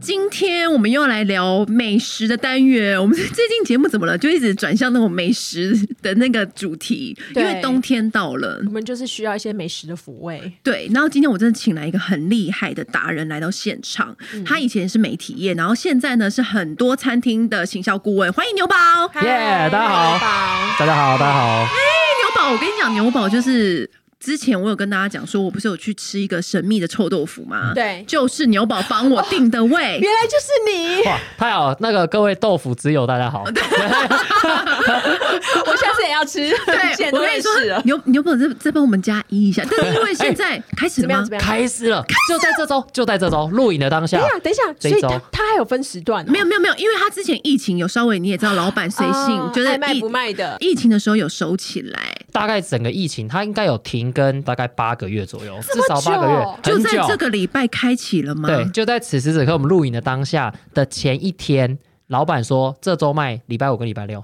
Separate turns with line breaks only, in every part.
今天我们又来聊美食的单元。我们最近节目怎么了？就一直转向那种美食的那个主题，因
对
为冬天到了
我。们就是需要一些美食的抚慰。
对，然后今天我真的请来一个很厉害的达人来到现场，他以前是媒体业，然后现在呢是很多餐厅的行销顾问。欢迎牛宝！哎，
耶大家好
好，
大家好，大家好。
牛宝，我跟你讲，牛宝就是之前我有跟大家讲说，我不是有去吃一个神秘的臭豆腐吗？
对哦
就是牛宝帮我定的位。
原来就是你，
哇，太好了！哦那个各位豆腐之友，大家
哦
好。
我下次也要 吃。
对，
现
我
在
跟你
认识
说
了，，
牛牛宝再再帮我们加一一下，但是 因为现在开始了
怎么样？
吗
怎？么样？
开始了，就在这周，就在这周录影的当下
哎
等一。下，等一下，
这
所
一
以
周
他他还有分时段哦，
没有没有没有，因为他之前疫情有稍微你也知道，老板随性、
哦
就是
爱卖
疫
不卖的。
疫情的时候有收起来，
大概整个疫情，它应该有停更大概八个月左右，至少八个月，
哦就
很
在
久。
这个礼拜开启了吗？
对，就在此时此刻，我们录影的当下的前一天，老板说这周卖礼拜五跟礼拜六。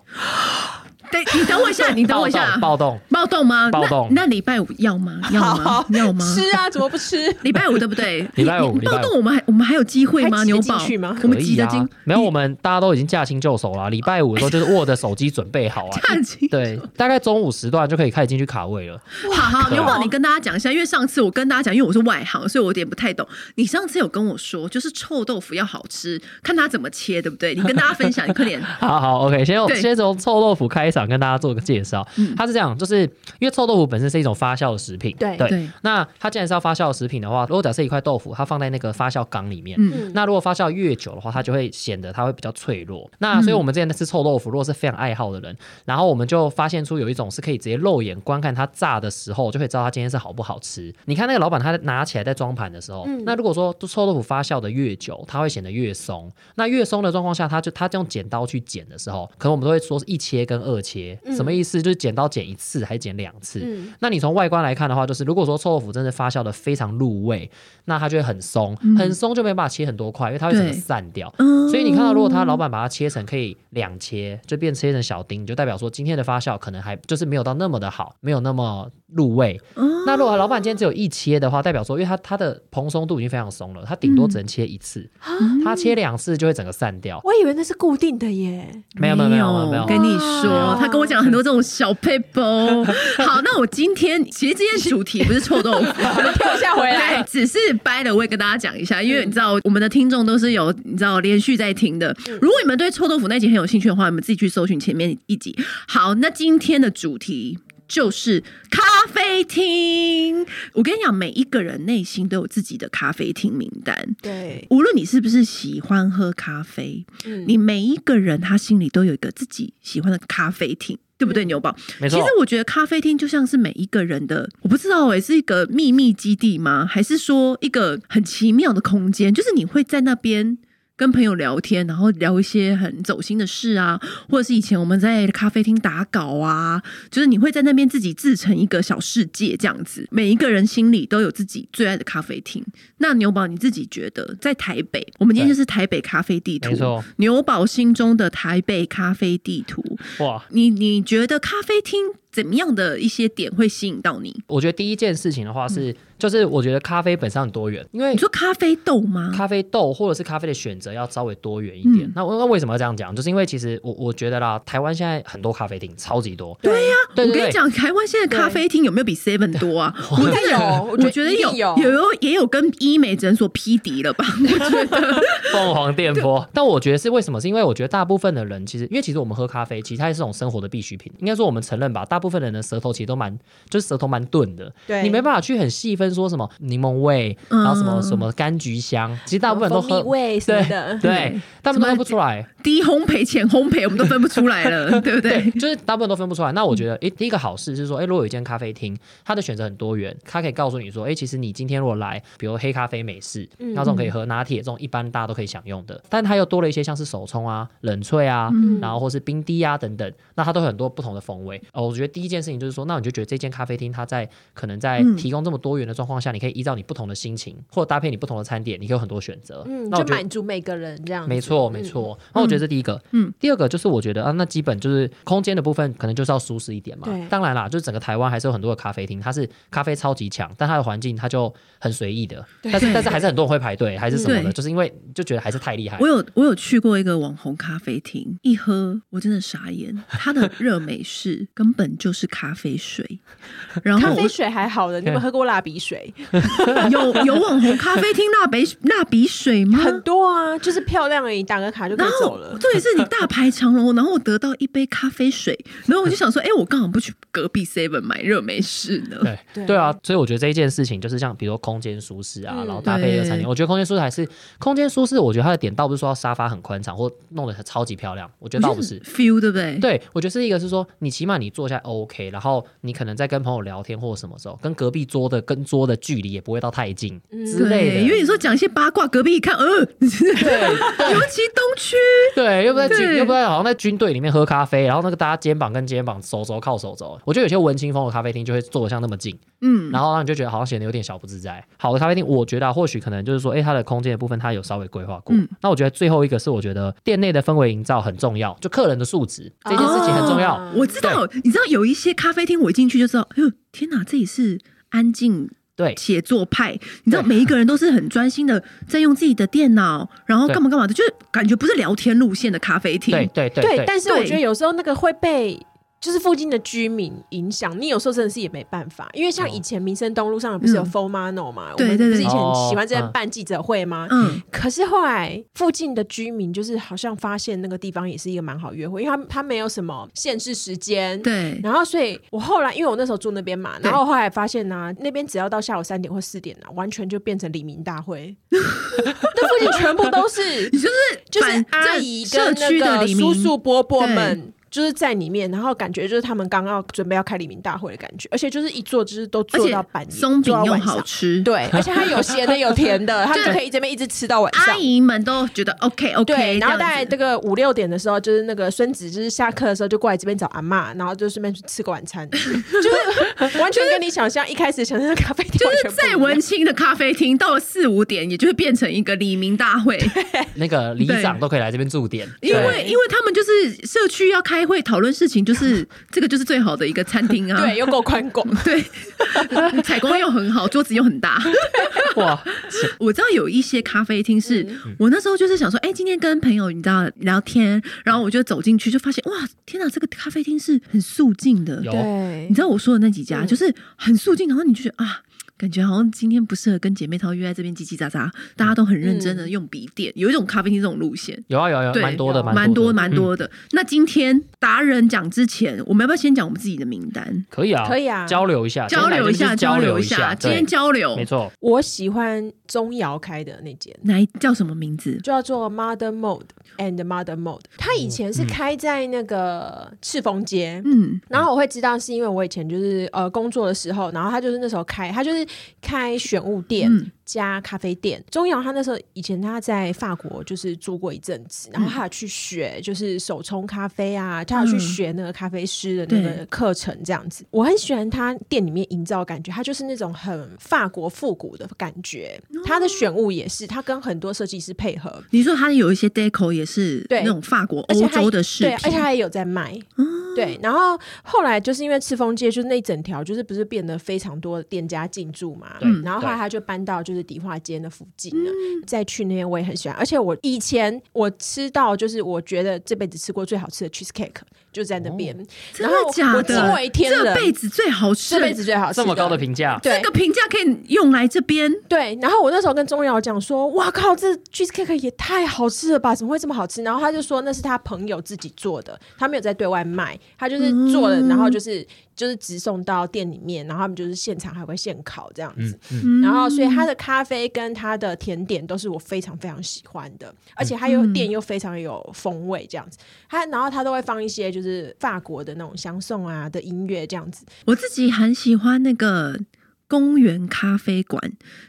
对，你等我一下，你等我一下， 啊
暴动。
暴动吗？
暴动
那那礼拜五要吗？要吗？要吗？
吃啊，怎么不吃？
礼拜五对不对？
礼拜
你
五
你
礼拜
暴
五
动，我们还我们还有机会吗？
还挤
牛
得
宝
进去吗
我们
可
急
以
得
啊
进，，
没有，我们大家都已经驾轻就熟了。礼拜五的时候就是握着手机准备好啊，
看清。
对，大概中午时段就可以开始进去卡位了。
好好，
对
牛
啊
宝，你跟大家讲一下，因为上次我跟大家讲，因为我是外行，所以我有点不太懂。你上次有跟我说，就是臭豆腐要好吃，看它怎么切，对不对？你跟大家分享，你快点。
好好，OK，先
对
用先从臭豆腐开场跟大家做个介绍。它是这样，就是因为臭豆腐本身是一种发酵的食品，
对
对
那它既然是要发酵的食品的话，如果假设一块豆腐它放在那个发酵缸里面，
嗯
那如果发酵越久的话，它就会显得它会比较脆弱。那
嗯
所以我们之前在吃臭豆腐，如果是非常爱好的人，然后我们就发现出有一种是可以直接肉眼观看它炸的时候，就可以知道它今天是好不好吃。
嗯
你看那个老板他拿起来在装盘的时候，那如果说臭豆腐发酵的越久，它会显得越松。那越松的状况下，它就它用剪刀去剪的时候，可能我们都会说是一切跟二切，什么意思？就是剪刀剪一次还是剪两次？那你从外观来看的话，就是如果说臭豆腐真的发酵的非常入味，那它就会很松，很松就没办法切很多块，因为它会整个
嗯对
散掉。
嗯
所以你看到，如果他老板把它切成可以两切，就变切成小丁，就代表说今天的发酵可能还就是没有到那么的好，没有那么入味。
哦
那如果老板今天只有一切的话，代表说，因为它它的蓬松度已经非常松了，它
嗯
顶多只能切一次，
啊
它切两次就会整个散掉。
我以为那是固定的耶，
没有没有没有没有没有
跟你说
哇，
他跟我讲很多这种小 paper。好，那我今天其实今天主题不是臭豆腐，我们
跳一下回来嗯
对，哎只是掰了，我也跟大家讲一下，因为你知道我们的听众都是有你知道连续在听的。
嗯
如果你们对臭豆腐那集很有兴趣的话，你们自己去搜寻前面一集。好，那今天的主题。就是咖啡厅，我跟你讲，每一个人内心都有自己的咖啡厅名单。
对，
无论你是不是喜欢喝咖啡，
嗯
你每一个人他心里都有一个自己喜欢的咖啡厅。对不
嗯
对，牛宝？
没
其
错
实，我觉得咖啡厅就像是每一个人的，我不知道诶、是一个秘密基地吗？还是说一个很奇妙的空间？就是你会在那边跟朋友聊天，然后聊一些很走心的事啊，或者是以前我们在咖啡厅打稿啊，就是你会在那边自己自成一个小世界这样子。每一个人心里都有自己最爱的咖啡厅。那牛宝你自己觉得，在台北，我们今天就是台北咖啡地图，
没错
牛宝心中的台北咖啡地图，
哇，
你你觉得咖啡厅怎么样的一些点会吸引到你？
我觉得第一件事情的话是，
嗯
就是我觉得咖啡本身很多元，因为
你说咖啡豆吗？
咖啡豆或者是咖啡的选择要稍微多元一点。
嗯
那那为什么要这样讲？就是因为其实我我觉得啦，台湾现在很多咖啡厅超级多，
对啊呀，
对
我跟
对
你
对。
讲，台湾现在咖啡厅有没有比 Seven 多啊？我
应该有
我觉得
一定
有，
有
有也有跟医美诊所匹敌了吧？ 我觉得，
凤凰电波，但我觉得是为什么？是因为我觉得大部分的人其实，因为其实我们喝咖啡，其实它也是种生活的必需品。应该说我们承认吧，大部分人的舌头其实都蛮，就是舌头蛮钝的。
对
你没办法去很细分说什么柠檬味，然后什么
嗯
什么柑橘香，其实大部分人都
蜂蜜
喝
味嗯什么的
对，对，大部分都喝不出来。
低烘焙、浅烘焙，我们都分不出来了，对不对？
就是大部分都分不出来。
嗯
那我觉得，诶，第一个好事是说，诶，如果有一间咖啡厅，它的选择很多元，它可以告诉你说，诶，其实你今天如果来，比如黑咖啡、美式，
嗯
那这种可以喝拿铁，这种一般大家都可以享用的。但它又多了一些
嗯
像是手冲啊、冷萃啊，然后或是冰滴啊等等，那它都有很多不同的风味。哦，我觉得第一件事情就是说，那你就觉得这间咖啡厅它在可能在
嗯
提供这么多元的状况下，你可以依照你不同的心情，或者搭配你不同的餐点，你可以有很多选择。
嗯，
那我
就
觉得
满足每个人这样子。嗯
没错，没错。那我觉得这第一个，
嗯
嗯，第二个就是我觉得啊，那基本就是空间的部分，可能就是要舒适一点嘛
对。
当然啦，就是整个台湾还是有很多的咖啡厅，它是咖啡超级强，但它的环境它就很随意的，
对
但是但是还是很多人会排队还是什么
对
的，就是因为就觉得还是太厉害
我。有我有去过一个网红咖啡厅，一喝我真的傻眼，它的热美式根本就是咖啡水，然
咖
后
啡水还好的，你有没有喝过蜡笔水？
有有网红咖啡厅那杯那笔水吗？
很多啊，就是漂亮而已，打个卡就可
然
以走
后
了。
重点是你大排长龙，然后我得到一杯咖啡水， 然后我就想说，哎、我刚好不去隔壁 Seven 买热美式呢？
对
对对啊，所以我觉得这一件事情就是像比如说空间舒适啊，
嗯
然后搭配一个餐厅，
对
我觉得空间舒适还是空间舒适，我觉得它的点倒不是说沙发很宽敞或弄得超级漂亮，我觉得倒不是，
feel 对不对？
对，我觉得是一个是说，你起码你坐下来 OK，然后你可能在跟朋友聊天或者什么时候，跟隔壁桌的跟桌的距离也不会到太近之类的。
对，因为你说讲一些八卦，隔壁一看， 呃，尤其东区，
对，又不在军，
对
又不在好像在军队里面喝咖啡，然后那个大家肩膀跟肩膀，手肘靠手肘。我觉得有些文青风的咖啡厅就会坐得像那么近，
嗯，
然后让你就觉得好像显得有点小不自在。好的咖啡厅，我觉得、啊、或许可能就是说，哎，它的空间的部分它有稍微规划过。
嗯
那我觉得最后一个是，我觉得店内的氛围营造很重要，就客人的素质这件事情很重要。
哦
我知道，你知道有一些咖啡厅，我一进去就知道，哎呦，天哪，这里是安静
对，
写作派，你知道
对
每一个人都是很专心的在用自己的电脑，然后干嘛干嘛的，就是感觉不是聊天路线的咖啡厅。
对对对
对，但是我
对
觉得有时候那个会被。就是附近的居民影响，你有时候真的是也没办法，因为像
哦
以前民生东路上不是有
嗯
Formano 嘛，我
对
们不
对
是
对
以前很喜
哦
欢在
嗯
办记者会吗？
嗯，
可是后来附近的居民就是好像发现那个地方也是一个蛮好约会，因为他他没有什么限制时间。。
对，
然后，所以我后来，因为我那时候住那边嘛，
对
然后后来发现呢、那边只要到下午三点或四点呢、完全就变成李明大 会，那附近全部都是
你就是
就是
反
阿
这
姨
社
跟
区
那
的
个
黎
叔
明，
叔伯伯们。就是在里面，然后感觉就是他们刚要准备要开黎明大会的感觉，而且就是一坐就是都
而
坐到半
且
夜，
松饼
坐到
又
晚
好
上。
吃，
对，而且它有咸的有甜 的，他们就可以这边一直吃到晚上
阿。姨们都觉得 OK OK，
对，然后大
概
概这个五六点的时候，就是那个孙子就是下课的时候就过来这边找阿妈，然后就顺便去吃个 晚餐，就是完全跟你想象一开始想象的咖啡厅就
就是再文青的咖啡厅，到了四五点，也就会变成一个李明大 会，
那个里长都可以来这边驻点，
因
对
为因为他们就是社区要开会讨论事情， 就是这个就是最好的一个餐厅啊，
对，又够宽 广，
对， 采光又很好，桌子又很大。
哇，
我知道有一些咖啡厅是、
嗯
我那时候就是想说，哎、今天跟朋友你知道聊天，然后我就走进去就发现，哇，天啊哪，这个咖啡厅是很肃静的。
有
对
你知道我说的那几家、
嗯
就是很肃静，然后你就觉得啊。感觉好像今天不适合跟姐妹淘约在这边叽叽喳喳，大家都很认
嗯
真的用笔电，有一种咖啡厅这种路线，
有啊有啊有啊，
对
蛮多的，
有
蛮多
的
蛮
嗯
多的。那今天达人讲之前，我们要不要先讲我们自己的名单？
可以啊，
可以啊
交流一下，
交流一
今天
下，
来这边就是交
流
流
一
下，
今天
对
交流
没错，
我喜欢钟瑶开的那间，
哪一叫什么名字？
就叫做 Mother Mode and Mother Mode。它以前是开在那个赤峰街。
嗯，
然后我会知道，是因为我以前就是呃工作的时候，然后他就是那时候开，他就是开选物店、
嗯
加咖啡店。钟瑶他那时候以前他在法国就是住过一阵子，然后他有去学就是手冲咖啡啊，他有去
嗯
学那个咖啡师的那
对
个课程这样子。我很喜欢他店里面营造的感觉，他就是那种很法国复古的感觉。他的选物也是，他跟很多设计师配合，
你说它有一些 deco 也是
对
那种法国、
而且
欧
它
洲的饰
对，
品，
而且他也有在卖。
啊
对，然后后来就是因为赤峰街就是那一整条就是不是变得非常多的店家进驻嘛，
对嗯
然后后来
对
他就搬到就是迪化街那附近了。再去那边我也很喜欢，而且我以前我吃到就是我觉得这辈子吃过最好吃的 cheesecake 就在那边，
哦
真
然
的
后
假
我惊
的？
为天人，
这辈子最好吃，
这辈子最好吃
这么高的评价，
对
这个评价可以用来这边，
对，然后我那时候跟钟瑶讲说：“哇靠，这 cheesecake 也太好吃了吧？怎么会这么好吃？”然后他就说那是他朋友自己做的，他没有在对外卖，他就是做了，然后
嗯
就是嗯就是直送到店里面，然后他们就是现场还会现烤这样子。
嗯，
嗯
然后，所以他的咖啡跟他的甜点都是我非常非常喜欢的，而且他又店又非常有风味这样子。他然后他都会放一些就是法国的那种香颂啊的音乐这样子。
我自己很喜欢那个公园咖啡馆，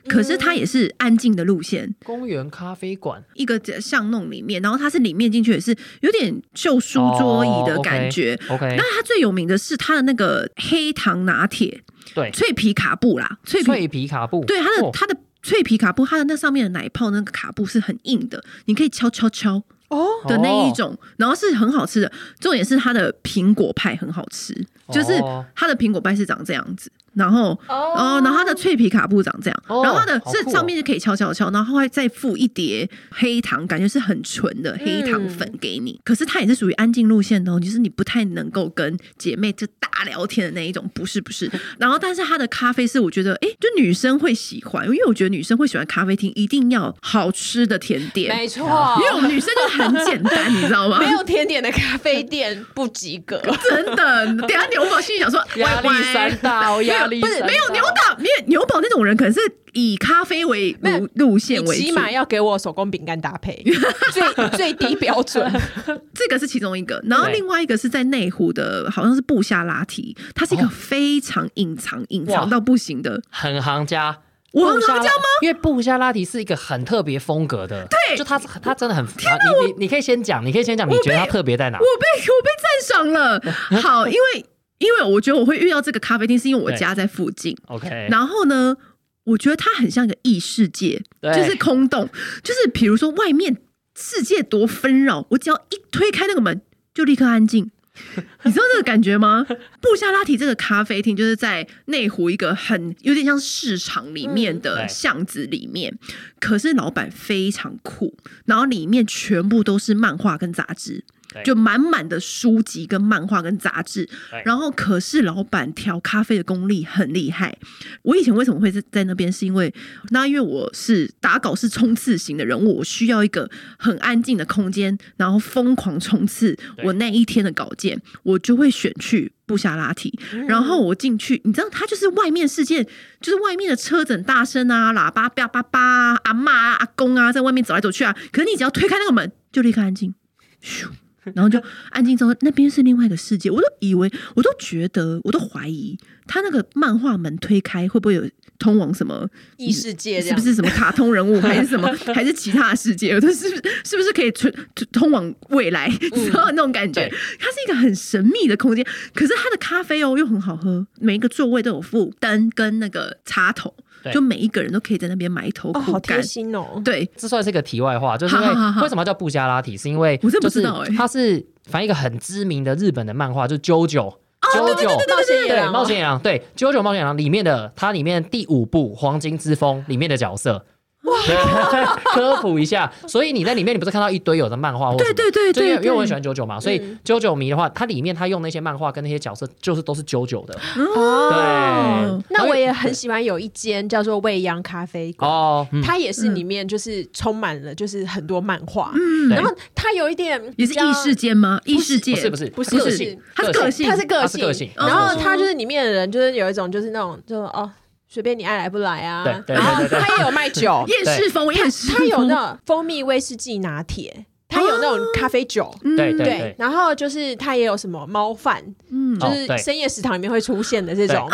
可是它也是安静的路线，
公园咖啡馆，
一个巷弄里面，然后它是里面进去也是有点旧书桌椅的感觉。
哦，OK，OK。OK，,
那它最有名的是它的那个黑糖拿铁
对，
脆皮卡布啦，脆皮
脆皮卡布，
对它的
哦
它的脆皮卡布，它的那上面的奶泡那个卡布是很硬的，你可以敲敲敲
哦，
的那一种，然后是很好吃的。重点是它的苹果派很好吃，就是
哦
它的苹果派是长这样子，然后。
哦
哦，然后它的脆皮卡布长这样，
哦
然后它的
好酷哦
这上面就可以敲敲敲，然后还再附一碟黑糖，感觉是很纯的黑
嗯
糖粉给你。可是它也是属于安静路线的、哦，就是你不太能够跟姐妹就大聊天的那一种，不是不是。然后，但是它的咖啡是我觉得，哎，就女生会喜欢，因为我觉得女生会喜欢咖啡厅，一定要好吃的甜点，
没错，
哦
因为我们女生就很简单，你知道吗？
没有甜点的咖啡店不及 格。
真的，等一下牛宝心里想说，
哦压力
歪歪
山大哦，压力
不是
山
没有
大
牛宝，因为牛宝那种人可能是以咖啡为
没有
路路线
你
为
起
主，
码要给我手工饼干搭 配，最最低标准。
这个是其中一个。然后
对
另外一个是在内湖的，好像是布下拉提，它是一个
哦
非常隐藏、隐
哇
藏到不行的。
很行家。
我很
布
行
加
家
拉？因为布加拉提是一个很特别风格的，对，就它是它真的很，啊你你你可以先讲，你可以先讲，你觉得它特别在哪
我？被我被赞赏了。好，因为因为我觉得我会遇到这个咖啡厅，是因为我
对
家在附近。
OK，
然后呢，我觉得它很像一个异世界，
对
就是空洞，就是比如说外面世界多纷扰，我只要一推开那个门，就立刻安静。你知道这个感觉吗？布下拉提这个咖啡厅就是在内湖一个很有点像市场里面的
对
巷子里面，可是老板非常酷，然后里面全部都是漫画跟杂志
对，
就满满的书籍跟漫画跟杂志
对，
然后可是老板调咖啡的功力很厉害。我以前为什么会在在那边，是因为那因为我是打稿是冲刺型的人物，我需要一个很安静的空间，然后疯狂冲刺
对
我那一天的稿件，我就会选去布下拉提。然后我进去，你知道，它就是外面世界，就是外面的车子很大声啊，喇叭叭叭叭啊，阿妈啊、阿公啊，在外面走来走去啊。可是你只要推开那个门，就立刻安静，咻，然后就安静之后，那边是另外一个世界。我都以为，我都觉得，我都怀疑，他那个漫画门推开会不会有通往什么
异世界这
是
样
不是什么卡通 人物，还是什么，还是其他的世界？它是不是是不是可以通通往未来，知道那种感觉
嗯对？
它是一个很神秘的空间，可是它的咖啡哦又很好喝，每一个座位都有附灯跟那个插头
对，
就每一个人都可以在那边埋头
哦，
苦
好
干
贴。心哦。
对，
这算是个题外话，就是因为
好好好
为什么叫布加拉提，是因为
我真不
就
知
是
道欸
它是反正一个很知名的日本的漫画，就 JoJo。JoJo
冒险野
哦对
狼
冒
哦，
险野狼，对 JoJo 冒险野狼里面的它里面第五部《黄金之风》里面的角色。对科普一下，所以你在里面，你不是看到一堆有的漫画或什么？
对对对
就因为
对对
因为我很喜欢九九嘛，所以
嗯
九九迷的话，它里面它用那些漫画跟那些角色，就是都是九九的。
哦
对，
那我也很喜欢有一间叫做未央咖啡馆。
哦，嗯
它也是里面就是充满了就是很多漫画，
嗯
对
然后它有一点
也是
比较
异世界吗？异世界
不是不是
不是
个
不是
性，
它是个性，
它是个
它
性，
是个性
然
它
后
是个性
它就是里面的人就是有一种就是那种就哦随便你爱来不来啊，
对对对
然后
对哦对
它也有卖酒
夜市风，夜市
它有
风
那种蜂蜜威士忌拿铁，它有那种咖啡酒。
嗯
对对
对，然后就是它也有什么猫饭，
嗯
哦
就是
对
深夜食堂里面会出现的这
对
种，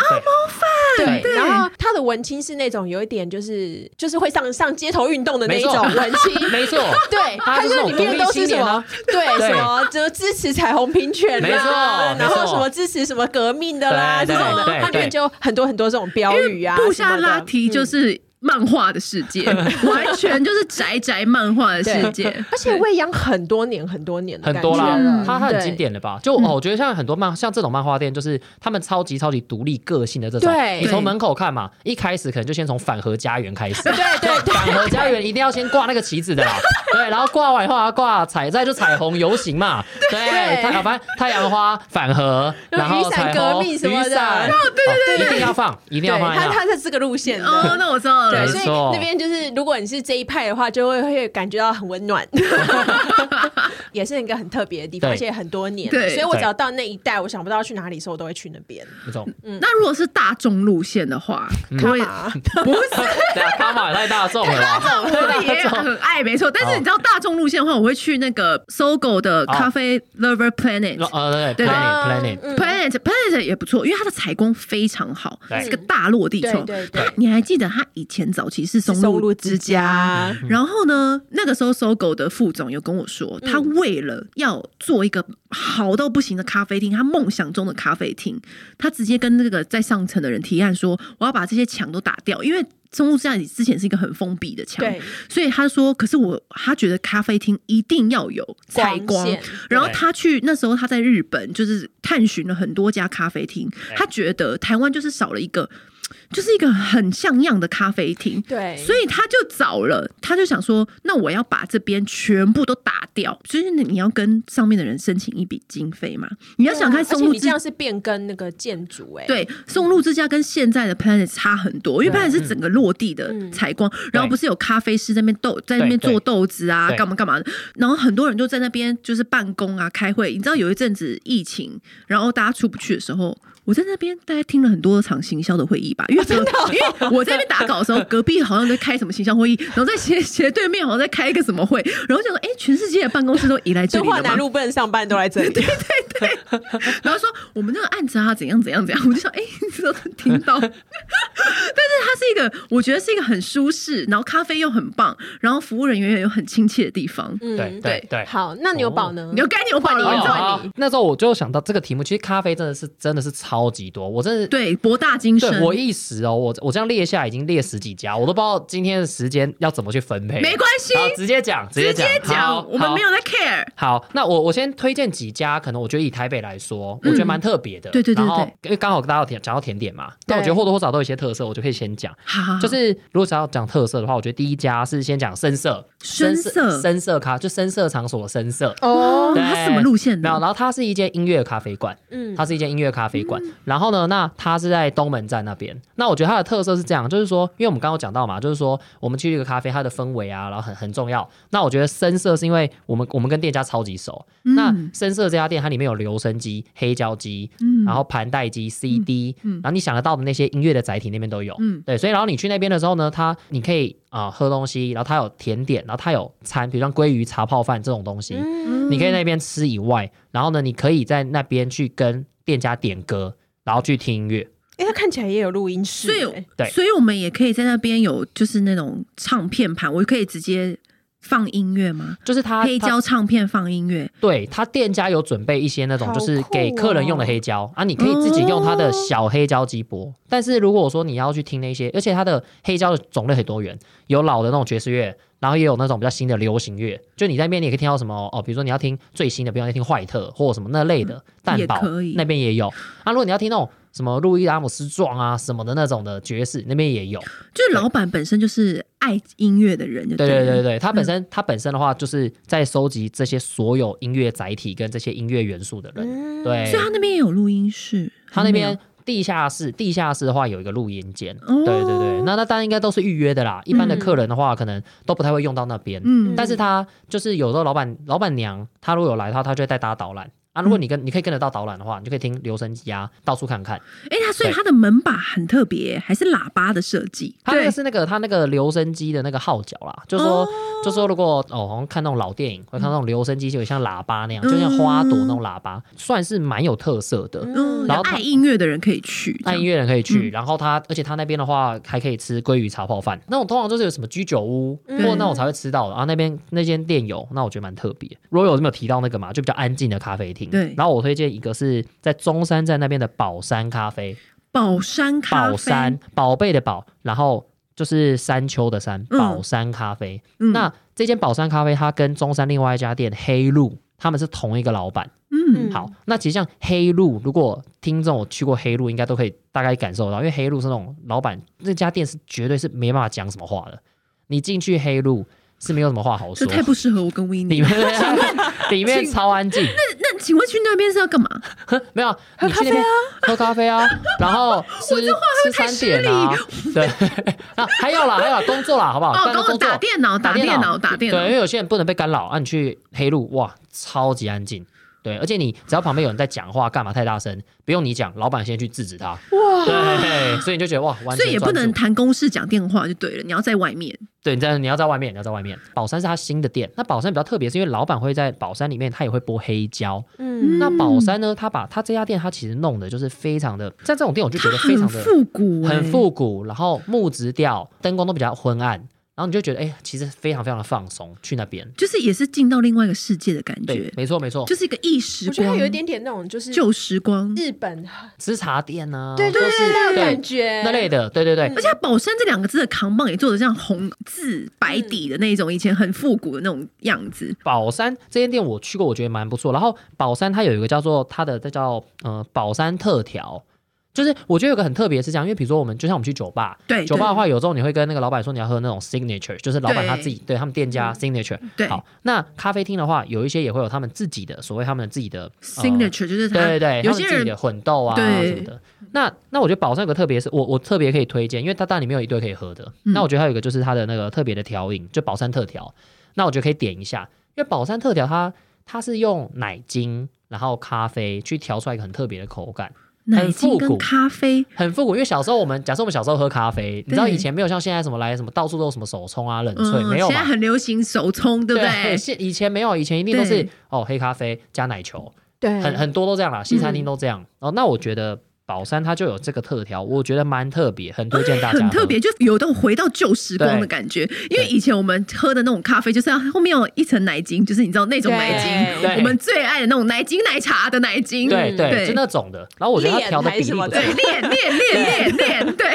对
对，
对
然后他的文青是那种有一点就是就是会上上街头运动的那一
没
种
错
文青。
没错，
对，
他
他
是
就
那种
里面
独立
都是
青
什
年
么
啊
对
对
什么就支持彩虹平权
没错
啦，然后
没错
什么支持什么革命的啦，这
对
种
对对
它里面
对
就很多很多这种标语啊什么的，
布下拉提
嗯
就是漫画的世 界，完全就是宅宅漫画的世界。
而且未央很多年很多年的
很多
感觉
啦
了，
它它很
嗯对嗯
经典的吧？就哦，我觉得像很多漫，像这种漫画店，就是他们超级超级独立个性的这种。
对
你从门口看嘛，一开始可能就先从反核家园开始。对
对对
反核家园一定要先挂那个旗子 的啦。对，然后挂完以后还要挂彩，再就彩虹游行嘛。对，
对
太阳反太阳花反核，然后
雨伞
彩
革
虹
命
雨
什么的哦
伞，对对对，一定要放，一
对，
定要放在
他
那。
他是这个路线
哦，
的。
那我知道
对，
了
没。
所以
错
那边就是，如果你是这一派的话，就会会感觉到很温暖，也是一个很特别的地方，
对
而且很多年。
对
所以我只要到那一带，我想不到去哪里的时候，我都会去那边。
那种，
嗯
那如果是大众路线的话，可
干
以
嘛？
不是
对啊，卡玛也太大众了 吧？
我也很爱，没错。但是你知
哦
道大众路线的话，我会去那个搜狗的咖啡 Lover Planet。
呃，对
对
哦
，Planet Planet，
嗯
Planet Planet Planet 也不错，因为它的采光非常好，
对
是个大落地窗。
对对对
它你还记得它以前早期是松
松
露
露
之
之
家，
家，
嗯
然后呢，那个时候搜狗的副总有跟我说，他为了要做一个好到不行的咖啡厅，他梦想中的咖啡厅，他直接跟那个在上层的人提案说，我要把这些墙都打掉，因为松露之家之前是一个很封闭的墙，
对，
所以他说，可是我他觉得咖啡厅一定要有采光
光线，
然后他去那时候他在日本就是探寻了很多家咖啡厅，他觉得台湾就是少了一个，就是一个很像样的咖啡厅。
对，
所以他就找了，他就想说，那我要把这边全部都打掉，就是你要跟上面的人申请一笔经费嘛。你要想看
对啊
松
而且
露
你
之
这样是变更那个建筑哎，
对，松露之家跟现在的 Planet 差很多，因为
欸对
Planet 是整个落地的
嗯
采光，然后不是有咖啡师在那边豆在那边
对对
做豆子啊，
对
干嘛干嘛的，然后很多人就在那边就是办公啊、开会。你知道有一阵子疫情，然后大家出不去的时候。我在那边大概听了很多场行销的会议吧，
啊
因为真的，因为我在那边打稿的 时候，隔壁好像在开什么行销会议，然后在斜斜对面好像在开一个什么会，然后就说，哎、全世界的办公室都移来这
敦
里
化
了吗
南？路不能上班都来这里，
然后说我们那个案子啊怎样怎样怎样，我就想哎，你知道听到， 但是它是一个我觉得是一个很舒适，然后咖啡又很棒，然后服务人员又很亲切的地方。
对
嗯，
对对。
好，那牛宝呢
你？就该牛宝了，我
换你
知
换
道
你
你。
哦那时候我就想到这个题目，其实咖啡真的是真的是超级多，我真的
对，博大精
对
深。
我一时哦，我我这样列下已经列十几家，我都不知道今天的时间要怎么去分配。
没关系
好，直接讲，直接
直
讲，
接
好
讲，我们
好
没有在 care。
好，那我我先推荐几家，可能我觉得以台北来说，我觉得蛮特别的。
对对对
然后
对
因为刚好大家有甜讲到甜点嘛，但我觉得或多或少都有一些特色，我就可以先讲。
好好，好
就是如果只要讲特色的话，我觉得第一家是先讲深色，
深色
深色咖，就深色场所的深色。
哦，
对
他什么路线
没有，
的？
然后它是一间音乐咖啡馆，
嗯
它是一间音乐咖啡馆。然后呢，那它是在东门站那边。那我觉得它的特色是这样，就是说，因为我们刚刚有讲到嘛，就是说我们去一个咖啡，它的氛围啊，然后很很重要。那我觉得深色是因为我们我们跟店家超级熟。
嗯
那深色这家店它里面有留声机、黑胶机，
嗯
然后盘带机、CD，、然后你想得到的那些音乐的载体那边都有。
嗯
对，所以然后你去那边的时候呢，它你可以啊、呃喝东西，然后它有甜点，然后它有餐，比如像鲑鱼茶泡饭这种东西。
嗯
你可以在那边吃以外，然后呢，你可以在那边去跟店家点歌，然后去听音乐。
哎，它看起来也有录音室
所以
哎，
对
所以我们也可以在那边有就是那种唱片盘，我可以直接放音乐吗？
就是他
黑
他
胶唱片放音乐，
对他店家有准备一些那种
好
就是给
酷
客人用的
哦
黑胶、啊，你可以自己用他的小黑胶机播。但是如果说你要去听那些，而且它的黑胶的种类很多元，有老的那种爵士乐。然后也有那种比较新的流行乐，就你在那边你也可以听到什么哦，比如说你要听最新的，比如说你要听坏特或者什么那类的，蛋
嗯也
堡
可以
那边也有。啊，如果你要听那种什么路易拉姆斯壮啊什么的那种的爵士，那边也有。
就是老板本身就是爱音乐的人就
对
了，
对对对对，它
嗯
本身、它本身的话，就是在收集这些所有音乐载体跟这些音乐元素的人。
嗯
对
所以他那边也有录音室，
它那
很
边
妙
地下室，地下室的话有一个录音间。
哦
对对对，那那当然应该都是预约的啦，一般的客人的话可能都不太会用到那边。
嗯
但是他就是有时候老板老板娘，她如果有来的话，她就会带大家导览。啊，
嗯
如果你跟、你可以跟得到导览的话，你就可以听留声机啊，到处看看。
哎，他所以他的门把很特别，还是喇叭的设计，
它那个是那个它那个留声机的那个号角啦，就
哦
说、就说如果哦，好像看那种老电影，会看那种留声机，就有像喇叭那样，就像花朵那种喇叭，算是蛮有特色的。
嗯，有
然后他
爱音乐的人可以去，
爱音
乐
乐人可以去，然后他，而且他那边的话还可以吃鲑鱼茶泡饭，那种通常就是有什么居酒屋
嗯
或者那种才会吃到的。然后啊那边那间店有，那我觉得蛮特别。如果有没有提到那个嘛，就比较安静的咖啡厅。
对
然后我推荐一个是在中山站那边的宝山咖啡，
宝山咖啡，
宝山，宝贝的宝，然后就是山丘的山，
嗯
宝山咖啡。
嗯
那这间宝山咖啡，它跟中山另外一家店黑鹿，他们是同一个老板。
嗯，
好，那其实像黑鹿，如果听众有去过黑鹿，应该都可以大概感受到，因为黑鹿是那种老板那家店是绝对是没办法讲什么话的。你进去黑鹿是没有什么话好
这
说，
太不适合我跟 w i n
里
n
面里面超安静，
那请问去那边是要干嘛？
没有，你去那边喝咖啡 啊，然后吃吃
太
餐
失
点啊，对， 啊还有啦，还有啦工作啦，好不好？
哦，
大家
跟
都
我
工作
打电脑，打
打电
电
脑
脑，打电
对，因
脑。
为有些人不能被干扰啊，你去黑路哇，超级安静，对，而且你只要旁边有人在讲话，干嘛太大声，不用你讲，老板先去制止他。
哇，
对，所以你就觉得哇，完全
所以也不
专注
能谈公事讲电话就对了，你要在外面。
对，你在你要在外面，你要在外面。宝山是他新的店，那宝山比较特别，是因为老板会在宝山里面，他也会播黑胶。
嗯，
那宝山呢，他把他这家店，他其实弄的就是非常的，像这种店我就觉
它
得非
很
常的
复古、欸，
很复古，然后木质调，灯光都比较昏暗，然后你就觉得哎、其实非常非常的放松，去那边。
就是也是进到另外一个世界的感
对
觉，，
没错没错，
就是一个异时
我觉得它
光，
有一点点那种就是
旧时光。
日本，
吃茶店呢、啊，
对对
或是
对，那种
对
感觉
那类的，对对对。
而且它宝山这两个字的扛棒也做的像红字白
嗯
底的那种，以前很复古的那种样子。
宝山这间店我去过，我觉得蛮不错。然后宝山它有一个叫做它的它叫呃宝山特调，就是我觉得有个很特别的是这样，因为比如说我们就像我们去酒吧，
对
酒吧的话有时候你会跟那个老板说你要喝那种 signature，就是老板他自己对他们店家 signature。
对
好，那咖啡厅的话，有一些也会有他们自己的所谓他们自己的、呃、
，signature 就是它，
对对对，
有
他们
些
自己
人
的混豆啊
对
什么的。那那我觉得宝山有个特别是，我我特别可以推荐，因为它当然里面有一堆可以喝的。
嗯
那我觉得还有一个就是它的那个特别的调饮，就宝山特调。那我觉得可以点一下，因为宝山特调它它是用奶精然后咖啡去调出来一个很特别的口感，
奶精
很复
跟
古
咖啡，
很复古。因为小时候我们假设我们小时候喝咖啡，你知道
对
以前没有像现在什么来什么到处都有什么手冲啊冷萃、
嗯，
没有
现在
嘛。
很流行手冲，对不对？
现以前没有，以前一定都是
对
哦黑咖啡加奶球，
对，
很很多都这样啦，西
嗯
餐厅都这样。哦，那我觉得宝山它就有这个特调，我觉得蛮特别，很推荐大家。
很特别，，就有种回到旧时光的感觉。因为以前我们喝的那种咖啡，就是要后面有一层奶精，就是你知道那种奶精，
对
我们最爱的那种奶精奶茶的奶精。
嗯
对
对
对，就那种的。然后我觉得它调的比例不
练还
对，
是
错，
练练练练练，对，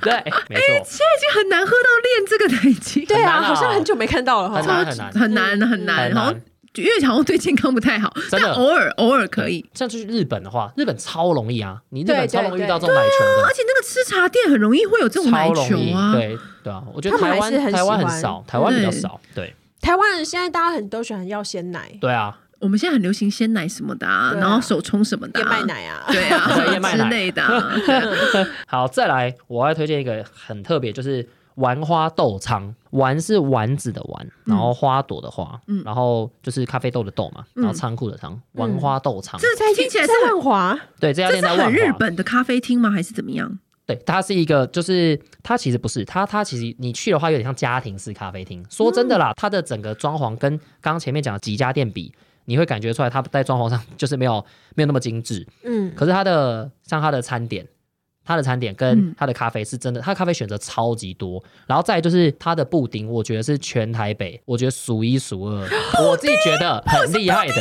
对，没错，
现在已经很难喝到练这个奶精，
对啊，
很难啊
好像很久没看到了哈
很。难
超级很难很难，
很
然后
难。
因为好像对健康不太好，
真
但
的
偶尔偶尔可以。
像去日本的话，日本超容易啊，你日本
对
超容易
对
遇到这种奶
而
球
且那个吃茶店很容易会有这种
的，
奶
超
球
容易
啊，。
对对啊，我觉得
他们还
台湾
是很
台湾
喜
很
欢
少，台湾比较
对
少。对
台湾人现在大家很都喜欢要鲜奶、
对啊，
我们现在很流行鲜奶什么的啊，
对啊
然后手冲什么的啊，
燕麦奶啊，
对啊，
对燕麦奶
之类的啊、 对啊
好，再来，我要推荐一个很特别，就是丸花豆仓。丸是丸子的丸，然后花朵的花，
嗯
然后就是咖啡豆的豆嘛，
嗯
然后仓库的仓，丸花豆仓。
这
在
听起来是
在
很
万华，
对，这家
这是
店在万
很日
华。
本的咖啡厅吗？还是怎么样？
对，它是一个，就是它其实不是，它它其实你去的话有点像家庭式咖啡厅。说真
嗯
的啦，它的整个装潢跟刚刚前面讲的几家店比，你会感觉出来它在装潢上就是没有没有那么精致。
嗯，
可是它的像它的餐点，它的餐点跟
嗯
它的咖啡是真的，它的咖啡选择超级多。然后再来就是它的布丁，我觉得是全台北我觉得数一数 二，我自己觉得很厉害的。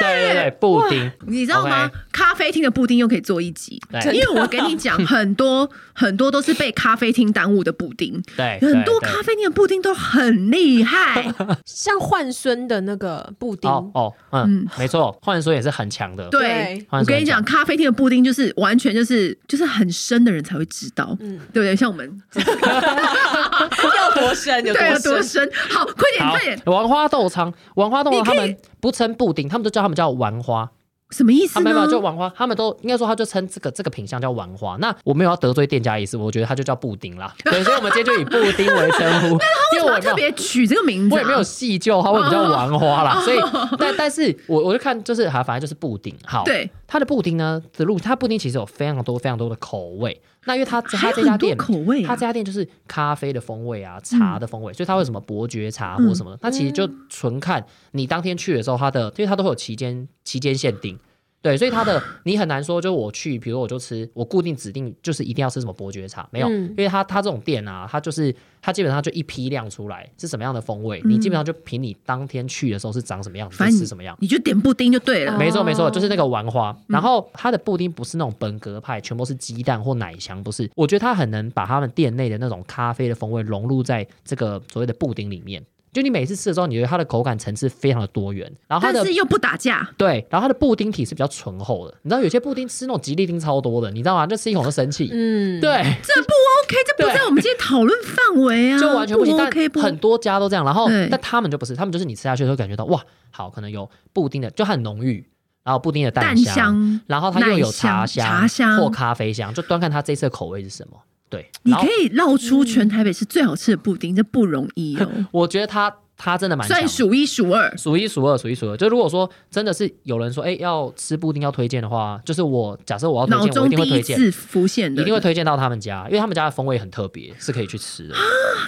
对对对，布丁，
你知道吗
OK
咖啡厅的布丁又可以做一集，
对
因为我跟你讲，很多 很多都是被咖啡厅耽误的布丁，
对，对
很多
对
咖啡厅的布丁都很厉害。
像换孙的那个布丁，
哦哦，嗯，没错，换言说也是很强的。
对
对，
我跟你讲，咖啡厅的布丁就是完全就是就是很深的人才会知道，
嗯
对不对？像我 们
要多深有
对啊，多
多深？
深？好，快点
好
快点，，
丸花豆仓，丸花豆仓
你可
他
以
们不称布丁，他们都叫他们叫丸花，
什么意思
啊，没有没
呢
有，？就丸花，他们都应该说他就称这个这个品相叫丸花。那我没有要得罪店家的意思，我觉得他就叫布丁 啦。对，所以我们今天就以布丁为称呼，因为我
我
也没
特
有。
别哦取这个名字、啊，
我也没有细究它为什么叫丸花啦，所以但但是我我就看就是啊，反正就是布丁。好，
对，
它的布丁呢的路，它布丁其实有非常多非常多的口味。那因为它
还
它
有
这家
很多
店
口味、
它
啊嗯
这。家店就是咖啡的风味啊，茶的风味，所以它会有什么伯爵茶或什么的。那其实就纯看你当天去的时候，它的因为它都会有期间期间限定。对，所以它的你很难说，就我去，比如我就吃，我固定指定就是一定要吃什么伯爵茶，没有，
嗯
因为它它这种店啊，它就是它基本上就一批量出来是什么样的风味，你基本上就凭你当天去的时候是长什么样子，
反
就
正
吃什么样。
你就点布丁就对了。
没错没
哦
错，就是那个丸花。然后它的布丁不是那种本格派，全部是鸡蛋或奶香，不是。我觉得它很能把他们店内的那种咖啡的风味融入在这个所谓的布丁里面。就你每次吃的时候，你觉得它的口感层次非常的多元，然后它
但
的
是又不打架，
对，然后它的布丁体是比较醇厚的。你知道有些布丁吃那种吉利丁超多的，你知道吗？就吃一口就生气。
嗯，
对，
这不 OK，这不
对
在我们今天讨论范围啊，
就完全不行。
OK，不
但很多家都这样，然后
对
但他们就不是，他们就是你吃下去的时候感觉到哇，好，可能有布丁的，就它很浓郁，然后布丁的
蛋
香，
香
然后它又有茶
奶香茶香
或咖啡香，就端看它这次的口味是什么。对，
你
然后
嗯
可以绕出全台北是最好吃的布丁，这不容易哦。
我觉得它它真的 蛮强
算
的。
数一数二。
数一数二，数一数二。就如果说真的是有人说，哎、要吃布丁要推荐的话，就是我假设我要
脑
推荐，
中
我一定
第
会
一
推荐，
次浮现的，
一定会推荐到他们家，因为他们家的风味很特别，是可以去吃的，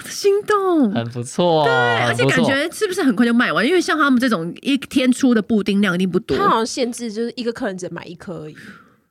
心动。
很不错，
而
很
且
不
感
错。
觉是不是很快就卖完？因为像他们这种一天出的布丁量一定不多，
它好像限制就是一个客人只能买一颗而已。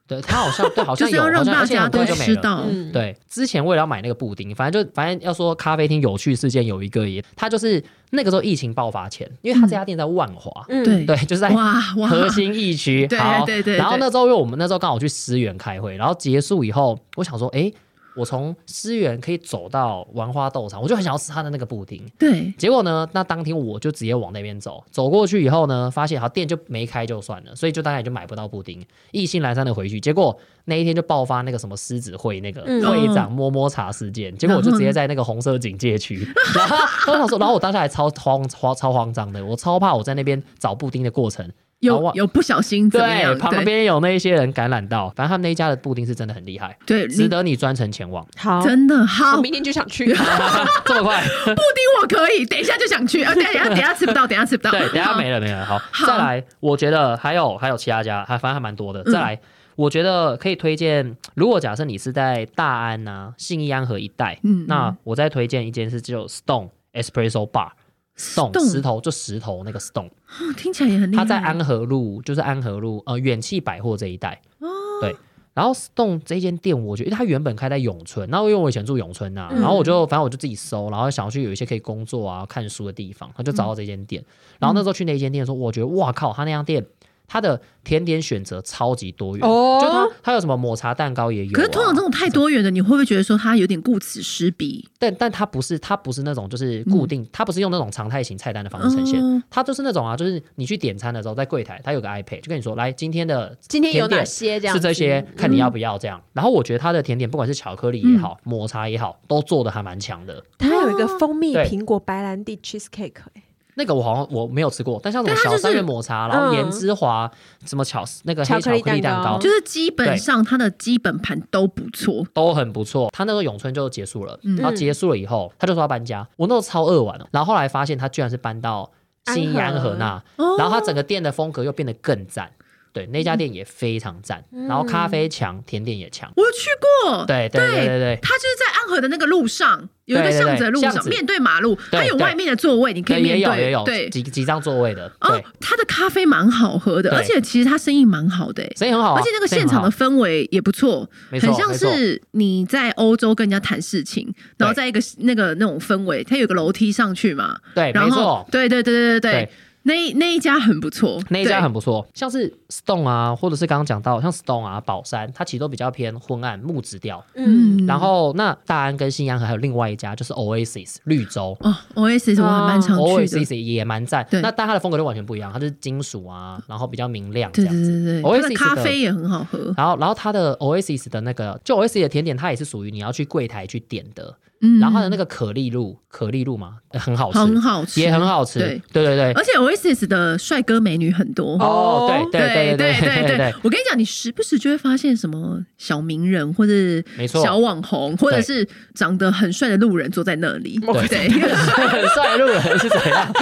对，它好像对，好
就
像
是
有，
要
好
让
像
大
而且
家
很
都
快就没
知
了。
道。
嗯，
对，之前为了要买那个布丁，反正就反正要说咖啡厅有趣事件有一个也，他就是那个时候疫情爆发前，因为他这家店在万华，
嗯
对
对，就是在
哇哇，
核心疫区。
对
好，
对对
然后
对
那时候因为我们那时候刚好去思源开会，然后结束以后，我想说，哎，我从思源可以走到玩花豆场，我就很想要吃他的那个布丁。
对，
结果呢，那当天我就直接往那边走，走过去以后呢，发现好店就没开就算了，所以就大概也就买不到布丁，意兴阑珊的回去。结果那一天就爆发那个什么狮子会那个
嗯
会长摸摸茶事件，结果我就直接在那个红色警戒区，然后我想说，然后我当时还超慌超超慌张的，我超怕我在那边找布丁的过程好
有
哇
有不小心怎么
对，
样？
旁
对
边有那一些人感染到，反正他们那一家的布丁是真的很厉害，
对，
值
你
得你专程前往。
好
真的好
我
布
明天就想去。
这么快？
丁，我可以，等一下就想去啊！等一下等一下吃不 到，等一下吃不到，
对，等一下
好
没了没了。好，
好
再来，我觉得还有还有其他家，还反正还蛮多
嗯
的。再来，我觉得可以推荐，如果假设你是在大安呐、信义安和一带，
嗯
那我再推荐一间是就 Stone Espresso Bar。Stone
Stone
石头就石头那个 Stone，
哦听起来也很厉害。
它在安和路，就是安和路呃远气百货这一带。
哦
对。然后 Stone 这间店，我觉得因为它原本开在永春，那因为我以前住永春呐、啊
嗯
然后我就反正我就自己搜，然后想要去有一些可以工作啊、看书的地方，然后就找到这间店。
嗯
然后那时候去那间店的时候，我觉得哇靠，他那家店它的甜点选择超级多元，
哦
就它它有什么抹茶蛋糕也有啊、
可是通常这种太多元的，你会不会觉得说它有点顾此失彼？
但但它不是它不是那种就是固定，它不是用那种常态型菜单的方式呈现，
嗯哦
它就是那种啊，就是你去点餐的时候，在柜台它有个 iPad，就跟你说来今天的
今天有
甜
哪
点
些这样？
是这些，看你要不要这样。然后我觉得它的甜点，不管是巧克力也好，抹茶也好，都做的还蛮强的。
它有一个蜂蜜
对
苹果白兰地 cheesecake，欸
那个我好像我没有吃过，但像什么
但它就
小
是
三元抹茶，然后
嗯
盐之华，什么巧那个黑
巧
巧
克
克
力
力
蛋
蛋
糕
糕
就是基本上它的基本盘都不错，
都很不错。他那时候咏春就结束了，
嗯
然后结束了以后，他就说要搬家。我那时候超扼腕的，然后后来发现他居然是搬到新义
安
安
和
和那，
哦
然后他整个店的风格又变得更赞。对，那家店也非常赞，然后咖啡强，甜点也强。
我有去过。
对对对对对，
它就是在安和的那个路上有一个
对对对
巷子的路
巷
上，
子
面对马路，它有
对
外面的座位，你可以
对，
面
也有也有
对。
几几张座位的，
哦
对，，
它的咖啡蛮好喝的，
对
而且其实它生意蛮好的、欸
所以很好啊。
而且那个
生意
现
很
场
好
的氛围也不错，
没
很
错
像是你在欧洲跟人家谈事情，然后
对
在一个那个那种氛围，它有个楼梯上去嘛，
对，
然
哎没
后
错，
对对对对对对
对，
那一那一家很不错，
那一家
对
很不错，像是 Stone 啊，或者是刚刚讲到像 Stone 啊、宝山，它其实都比较偏昏暗木质调。
嗯，
然后那大安跟新安河还有另外一家就是 Oasis 绿洲。
哦，Oasis 我还蛮常去的，
啊 Oasis 也蛮赞，
对
那但它的风格就完全不一样，它就是金属啊，然后比较明亮这
对
样
对
子。
对对对，它
Oasis
的咖
的
啡也很好喝，
然后，然后它的 Oasis 的那个，就 Oasis 的甜点，它也是属于你要去柜台去点的。
嗯，
然后它的那个可丽露，可丽露嘛，呃很好吃，
很好吃，
也很好吃。
对哎
对对对，
而且 Oasis 的帅哥美女很多。
哦，对
对
对对
对
对
我跟你讲，你时不时就会发现什么小名人，或者
没错
小网红，或者
对
是长得很帅的路人坐在那里。对，对
很帅的路人是怎样？
就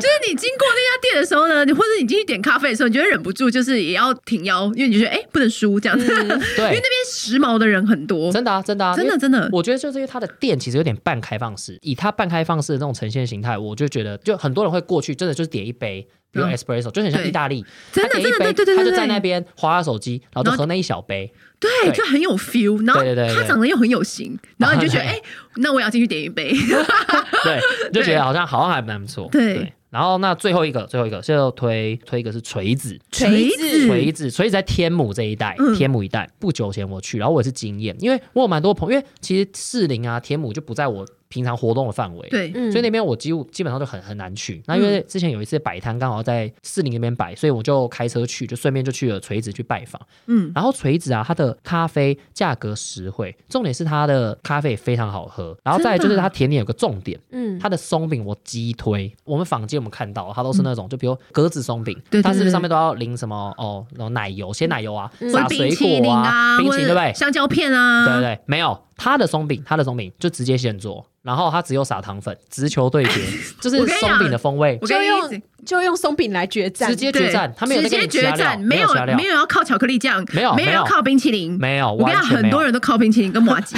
是你经过那家店的时候呢，你或者你进去点咖啡的时候，你就会忍不住就是也要挺腰，因为你就觉得哎、不能输
嗯
这样子， 因为那边
对，
时髦的人很多，
真的啊，真的啊，
真
因
的
为
真的
我觉得就是因为它的店其实有点半开放式，以它半开放式的那种呈现形态，我就觉得就很多人会过去，真的就是点一杯，比如
嗯
espresso，就很像
对
意大利，
真的
他点一
真的
杯
对对对
他就
对
在那
对
边划他手机，然后
然后
就喝那一小 杯，
对，
对
就很有 feel。然后
对对对对
他长得又很有型，然后你就 觉得
然
哎、
后
那我也要进去点一杯。
对，就觉
对
得好像好像还蛮不错，
对。
然后那最后一个，最后一个就推推一个是锤子，
锤
子
子
锤子，锤子在天母这一带，
嗯
天母一带不久前我去，然后我也是惊艳，因为我有蛮多朋友，因为其实士林啊、天母就不在我平常活动的范围，
对，
嗯
所以那边我几乎基本上就很很难去。那因为之前有一次摆摊刚好在士林那边摆，所以我就开车去，就顺便就去了锤子去拜访。
嗯，
然后锤子啊，它的咖啡价格实惠，重点是它的咖啡也非常好喝。然后再来就是
啊
它甜点有个重点，
嗯，
它的松饼我激推。我们坊间我们看到它都是那种，就比如格子松饼
嗯对对，
它是不
对嗯
是上面都要淋什么哦，然后奶油、鲜奶油啊，
或
撒
者冰
水
淇淋啊
果冰
或
淇淋对不
者
对？
香蕉片啊，
对对，对没有，他的松饼，他的松饼就直接现做，然后他只有撒糖粉，直球对 决，就是
我跟你讲
松饼的风味
我，跟
就
你
用就用松饼来决战，
直接决战
对，
他没有
直
在跟
接
你
决
加料，
战，没
有
有
加料，
没有要靠巧克力酱，
没有
没有要
没有
靠冰淇淋，
没有
我跟你
完
讲，
全
很
没有
多。人都靠冰淇淋跟麻 吉，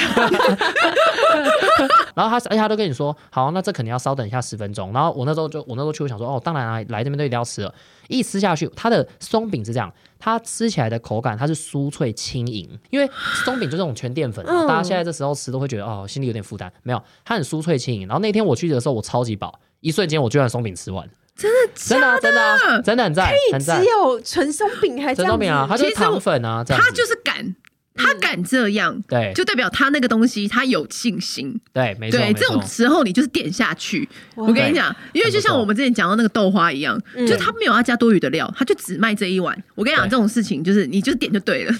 然后他而且他都跟你说，好，那这肯定要稍等一下十分钟。然后我那时候就我那时候去，我想说，哦，当然啊，来这边都一定要吃了。一吃下去，它的松饼是这样，它吃起来的口感它是酥脆轻盈，因为松饼就是那种全淀粉嘛，
嗯
大家现在这时候吃都会觉得
嗯
哦，心里有点负担。没有，它很酥脆轻盈。然后那天我去的时候，我超级饱，一瞬间我居然松饼吃完，真的真的啊真的啊真的很赞，很赞
只，有纯松饼还这
真
样
松
子
饼啊，它就是
其实我
糖粉啊，这样
他
子
就是敢，他敢这样，
对
就代表他那个东西他有信心。
对，没错
对，
没
这种
错，
时候你就是点下去。
哇
我跟你讲，因为就
很不
像
错
我们之前讲到那个豆花一样，
嗯
就是他没有要加多余的料，他就只卖这一碗。我跟你讲，
对嗯
这种事情就是你就点就对了。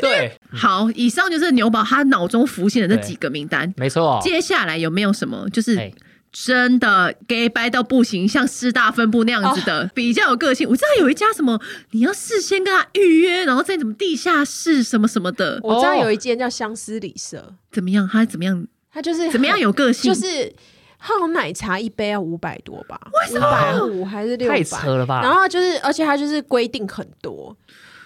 对，
好，以上就是牛宝他脑中浮现的这几个名单。
没错，
接下来有没有什么就是
哎
真的 gay 掰到不行，像师大分部那样子
哦
的、比较有个性？我知道有一家什么，你要事先跟他预约，然后再怎么地下室什么什么的，
我知道
哦
有一间叫相思里社，
怎么样？他怎么样？
它就是
怎么样有个性？
就是它好像奶茶一杯要五百多吧，为什么五百五还是六
太
百？
扯了
啊
吧？
然后就是，而且它就是规定很多。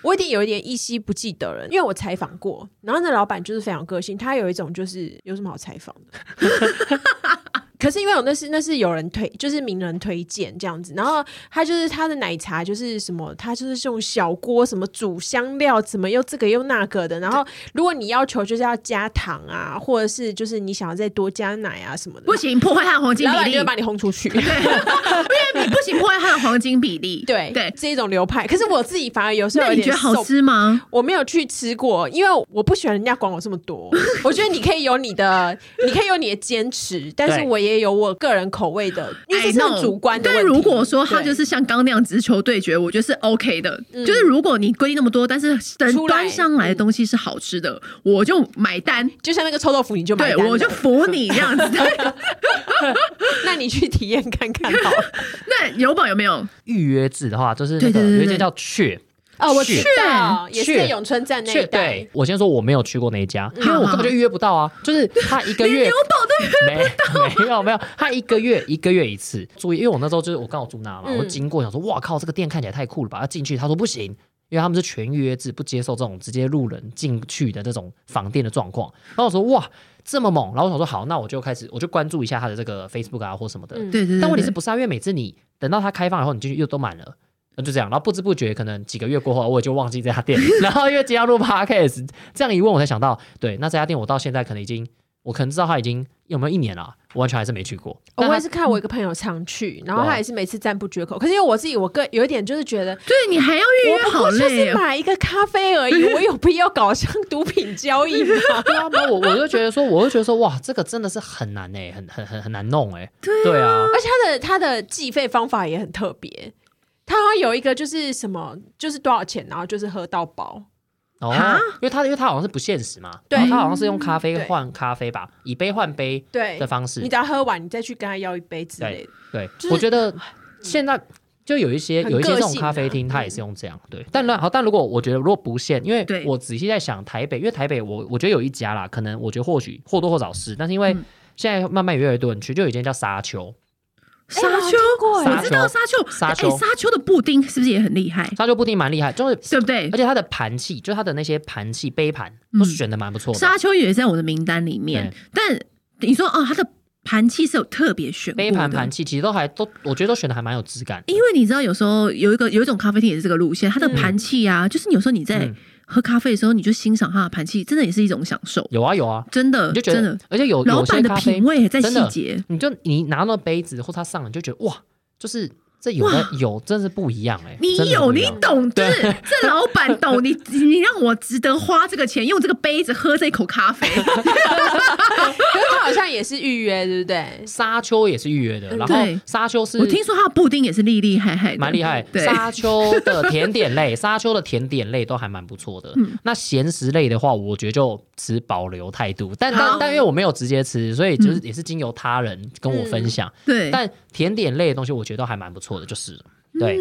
我已经有一点依稀不记得了，因为我采访过，然后那老板就是非常有个性，他有一种就是有什么好采访的。 可是因为我那是那是有人推，就是名人推荐这样子，然后他就是他的奶茶就是什么，他就是用小锅什么煮香料，怎么又这个又那个的，然后如果你要求就是要加糖啊，或者是就是你想要再多加奶啊什么的，
不行，破坏他的黄金
老
比
板就
例
会。把你轰出去。
因为你不行破坏它的黄金比例。
对
对，
这一种流派。可是我自己反而有时候
那
有
你
点
觉得好
受，
吃吗？
我没有去吃过，因为我不喜欢人家管我这么 多。我觉得你可以有你的，你可以有你的坚持，但是
对
我也有我个人口味的，因为这是
I
很
know，
主观的问
但
题。
如果说它
对
就是像刚那样直球对决，我觉得是 OK 的。就是如果你规定那么多，但是等
嗯出来
端上来的东西是好吃的，我就买单。
就像那个臭豆腐，你就买
对，
单了
我就服你这 样子。
那你去体验看看 好了。
那油宝有没有？
预约制的话，就是那
对对对
个
对
有一间
对
叫雀，
哦，我
去
去到，也是
去
在永春站那
雀
一带
对。我先说我没有去过那一家，
嗯
因为我根本就预约不到啊。就是他一 个月
油宝的
没没有没有，他一个月一个月一次。注意，因为我那时候就是我刚好住那嘛，
嗯
我经过想说，哇靠，这个店看起来太酷了吧？要进去，他说不行。因为他们是全预约制，不接受这种直接路人进去的这种访店的状况。然后我说哇，这么猛！然后我想说好，那我就开始我就关注一下他的这个 Facebook 啊或什么的。
嗯
对对对，
但问题是
对
不是啊？因为每次你等到它开放以后，你进去又都满了。那就这样，然后不知不觉可能几个月过后，我也就忘记这家店。 然后因为今天要录 podcast，这样一问我才想到，对，那这家店我到现在可能已经，我可能知道它已经有没有一年了，啊我完全还是没去过。
哦
但
我
它
也是看我一个朋友常去，然后
哇
他也是每次赞不绝口。可是因为我自己，我个有一点就是觉得，
对你还要预
我
约，
不
好
过就是
累哦。
买一个咖啡而 已，我有必要搞像毒品交易 吗？
对啊，没有我我就觉得说，我就觉得说，哇，这个真的是很难哎、很很很很难弄哎、对啊，
而且它的它的计费方法也很特别，它好像有一个就是什么，就是多少钱，然后就是喝到饱。
哦
哈，
因为它因为它好像是不限时嘛，
对
它好像是用咖啡
对
换咖啡吧，以杯换杯
对
的，方式
你。只要喝完，你再去跟他要一杯之类的。
对，
就是
我觉得现在就有一些
很
有一些
个
这种
性
咖
啊
啡厅，它也是用这样。对，但然好，但如果我觉得如果不限，因为
对
我仔细在想台北，因为台北我我觉得有一家啦，可能我觉得或许或多或少是，但是因为
嗯
现在慢慢越来越多人去，就有一间叫沙丘，
沙
啊
哎我
丘
听，过哎
我知道沙丘，
沙丘
哎沙丘的布丁是不是也很厉害？
沙丘布丁蛮厉害，就是
对不对
而？且它的盘器，就它的那些盘器杯盘
嗯
都选的蛮不错的。
沙丘也在我的名单里面，但你说哦，它的盘器是有特别选
杯
过
盘
的
盘器其实都还都，我觉得都选的还蛮有质感的。
因为你知道，有时候有一个有一种咖啡厅也是这个路线，它的
嗯
盘器啊，就是你有时候你在
嗯
喝咖啡的时候，你就欣赏它的盘器，真的也是一种享受，
有啊有啊，
真的，
你就觉
真
得
的，，
而且有
老
有
板
些
的
咖啡
品味也在
真的
细节，
你就你拿到杯子或他上来，你就觉得哇，就是这有的
哇
有，真是不一样哎、
你
真的是
有
不一
你
样
懂，就
对
是这老板懂你， 你让我值得花这个钱，用这个杯子喝这口咖啡，
可是它好像也是预约，对不对？
沙丘也是预约的，
嗯
然后
对
沙丘 是
我听说它的布丁也是厉厉害害的，
蛮厉害，
对，
沙丘的甜点类， 沙丘的甜点类都还蛮不错的。
嗯
那咸食类的话，我觉得就持保留态度，但
好嗯
但但因为我没有直接吃，所以就是也是经由他人跟我分享。
对，
但甜点类的东西，我觉得都还
嗯
蛮不错的，就是了对。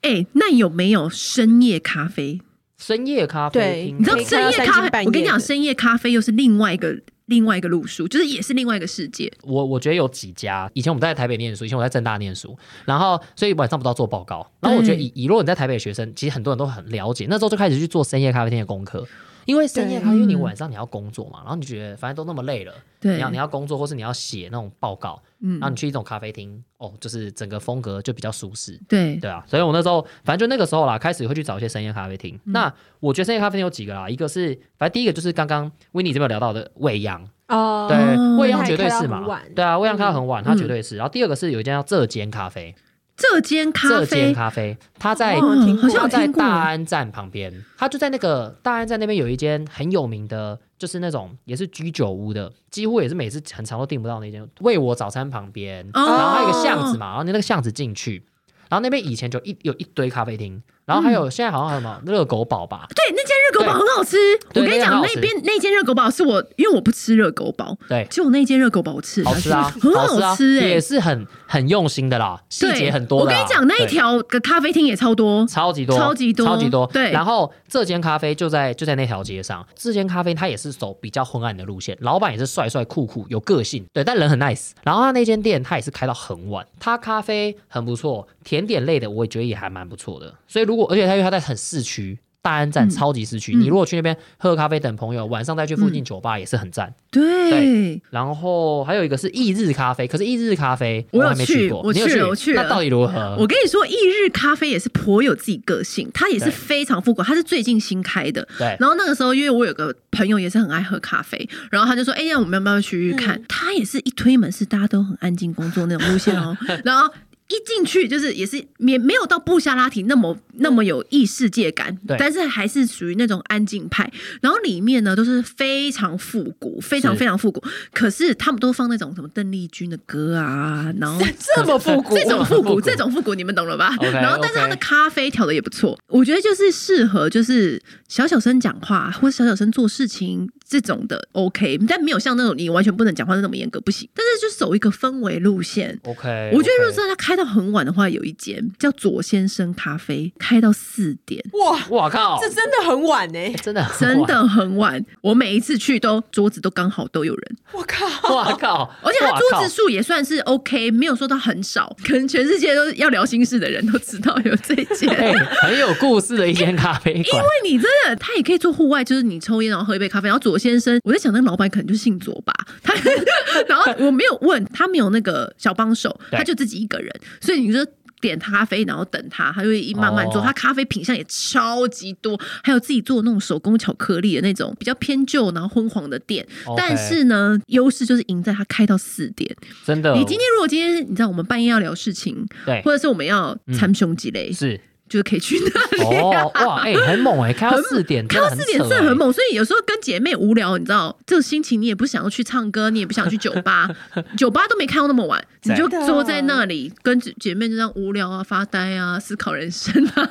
哎、那有没有深夜咖啡？
深夜咖啡
对
厅，
你知道
可以
深
看到
夜
三
咖
更
啡，
半
我跟你
夜
讲，
的
深夜咖啡又是另外一个另外一个路数，就是也是另外一个世界。
我我觉得有几家，以前我们在台北念书，以前我在正大念书，然后所以晚上不都要做报告。然后我
嗯
觉得以以如果你在台北的学生，其实很多人都很了解，那时候就开始去做深夜咖啡厅的功课，因为深夜咖啡
对
厅
嗯
你晚上你要工作嘛，然后你觉得反正都那么累了，
对
你要，你要工作或是你要写那种报告，
嗯
然后你去一种咖啡厅，哦，就是整个风格就比较舒适。
对，
对啊，所以我那时候反正就那个时候啦，开始会去找一些深夜咖啡厅。
嗯
那我觉得深夜咖啡厅有几个啦，一个是反正第一个就是刚刚 w i n n 这边有聊到的未央，
哦，
对，未央
它也
绝对
开到
是
很
嘛
晚，
对啊，未央开到很晚，它
嗯
绝对是。然后第二个是有一间叫浙江咖啡，
这间咖
浙江
啡，
咖啡，它在
哦
嗯，好
它
像有
在
听过
大。安站旁边，它就在那个大安站那边有一间很有名的，就是那种也是居酒屋的，几乎也是每次很长都订不到那间。为我早餐旁边，
哦
然后还有一个巷子嘛，然后你那个巷子进去。然后那边以前就一有一堆咖啡厅，然后还
嗯
有、现在好像还有什么热狗堡吧，
对，那间热狗堡很好吃。我
对
跟你
那间很
讲，
好吃
那边那间热狗堡是我，因为我不吃热狗堡，
对，
只有那间热狗堡我吃得
好
下去，
吃啊，
很
吃啊，
吃哎
也。是很很用心的啦，细
对
节很多
我
的
跟
啦。
你讲，那一
对
条个咖啡厅也超多，
超级多，
超级多
超级多。
对
然后这间咖啡就在就在那条街上，这间咖啡它也是走比较昏暗的路线，老板也是帅帅酷酷，有个性，对，但人很 nice。然后他那间店他也是开到很晚，他咖啡很不错，甜点类的我也觉得也还蛮不错的。所以如果而且他因为他在很市区。大安站
嗯
超级市区，
嗯
你如果去那边喝咖啡等朋友，晚上再去附近酒吧也是很赞。
对，
然后还有一个是翌日咖啡，可是翌日咖啡
我有
还没
去
过，
我
你有
去
去
了我去
那
了
到底 如何？
我跟你说，翌日咖啡也是颇有自己个性，它也是
对
非常复古，它是最近新开的。
对
然后那个时候，因为我有个朋友也是很爱喝咖啡，然后他就说：“哎、呀，我们要不要去去
嗯
看？”他也是一推门是大家都很安静工作那种路线 哦，然后。一进去就是也是也没有到布下拉提那么那么有异世界感
对，
但是还是属于那种安静派。然后里面呢都是非常复古，非常
是
非常复古。可是他们都放那种什么邓丽君的歌啊，然后
这么复古，
这种复
复古
古，这种复古，你们懂了吧
OK，
然后，但是它
OK
的咖啡调的也不错，我觉得就是适合就是小小声讲话或者小小声做事情这种的 OK，但没有像那种你完全不能讲话那么严格不行。但是就走一个氛围路线。
OK，
我觉得如果
OK
真的开到很晚的话，有一间叫左先生咖啡，开到四点，
哇，
哇靠，
这真的很晚呢、
欸真的很
真
晚
的很晚。我每一次去都桌子都刚好都有人，
我靠，
哇靠！
哦而且它
哇
桌
靠
子数也算是 OK，没有说到很少，可能全世界都要聊心事的人都知道有这一间。
哎、很有故事的一间咖啡馆。
哎你真的，他也可以做户外，就是你抽烟然后喝一杯咖啡。然后左先生，我在想那个老板可能就是姓左吧，他 然后我没有问他没有那个小帮手，
对
他就自己一个人，所以你就。点咖啡，然后等他，他就会慢慢做。
哦
他咖啡品相也超级多，还有自己做那种手工巧克力的那种比较偏旧然后昏黄的店。
OK
但是呢，优势就是赢在他开到四点。
真的，哦
你今天如果今天你知道我们半夜要聊事情，
对嗯
或者是我们要参胸几类，
是
就是可以去那里。
哦哇哎、很猛哎、开到四点，
看到
真的很
四点
扯
真的
欸
很。猛，所以有时候跟姐妹无聊，你知道这种心情，你也不想要去唱歌，你也不想去酒吧，酒吧都没开到那么 晚，你就
对
坐在那里跟姐姐妹就这样无聊啊、发呆啊、思考人生啊。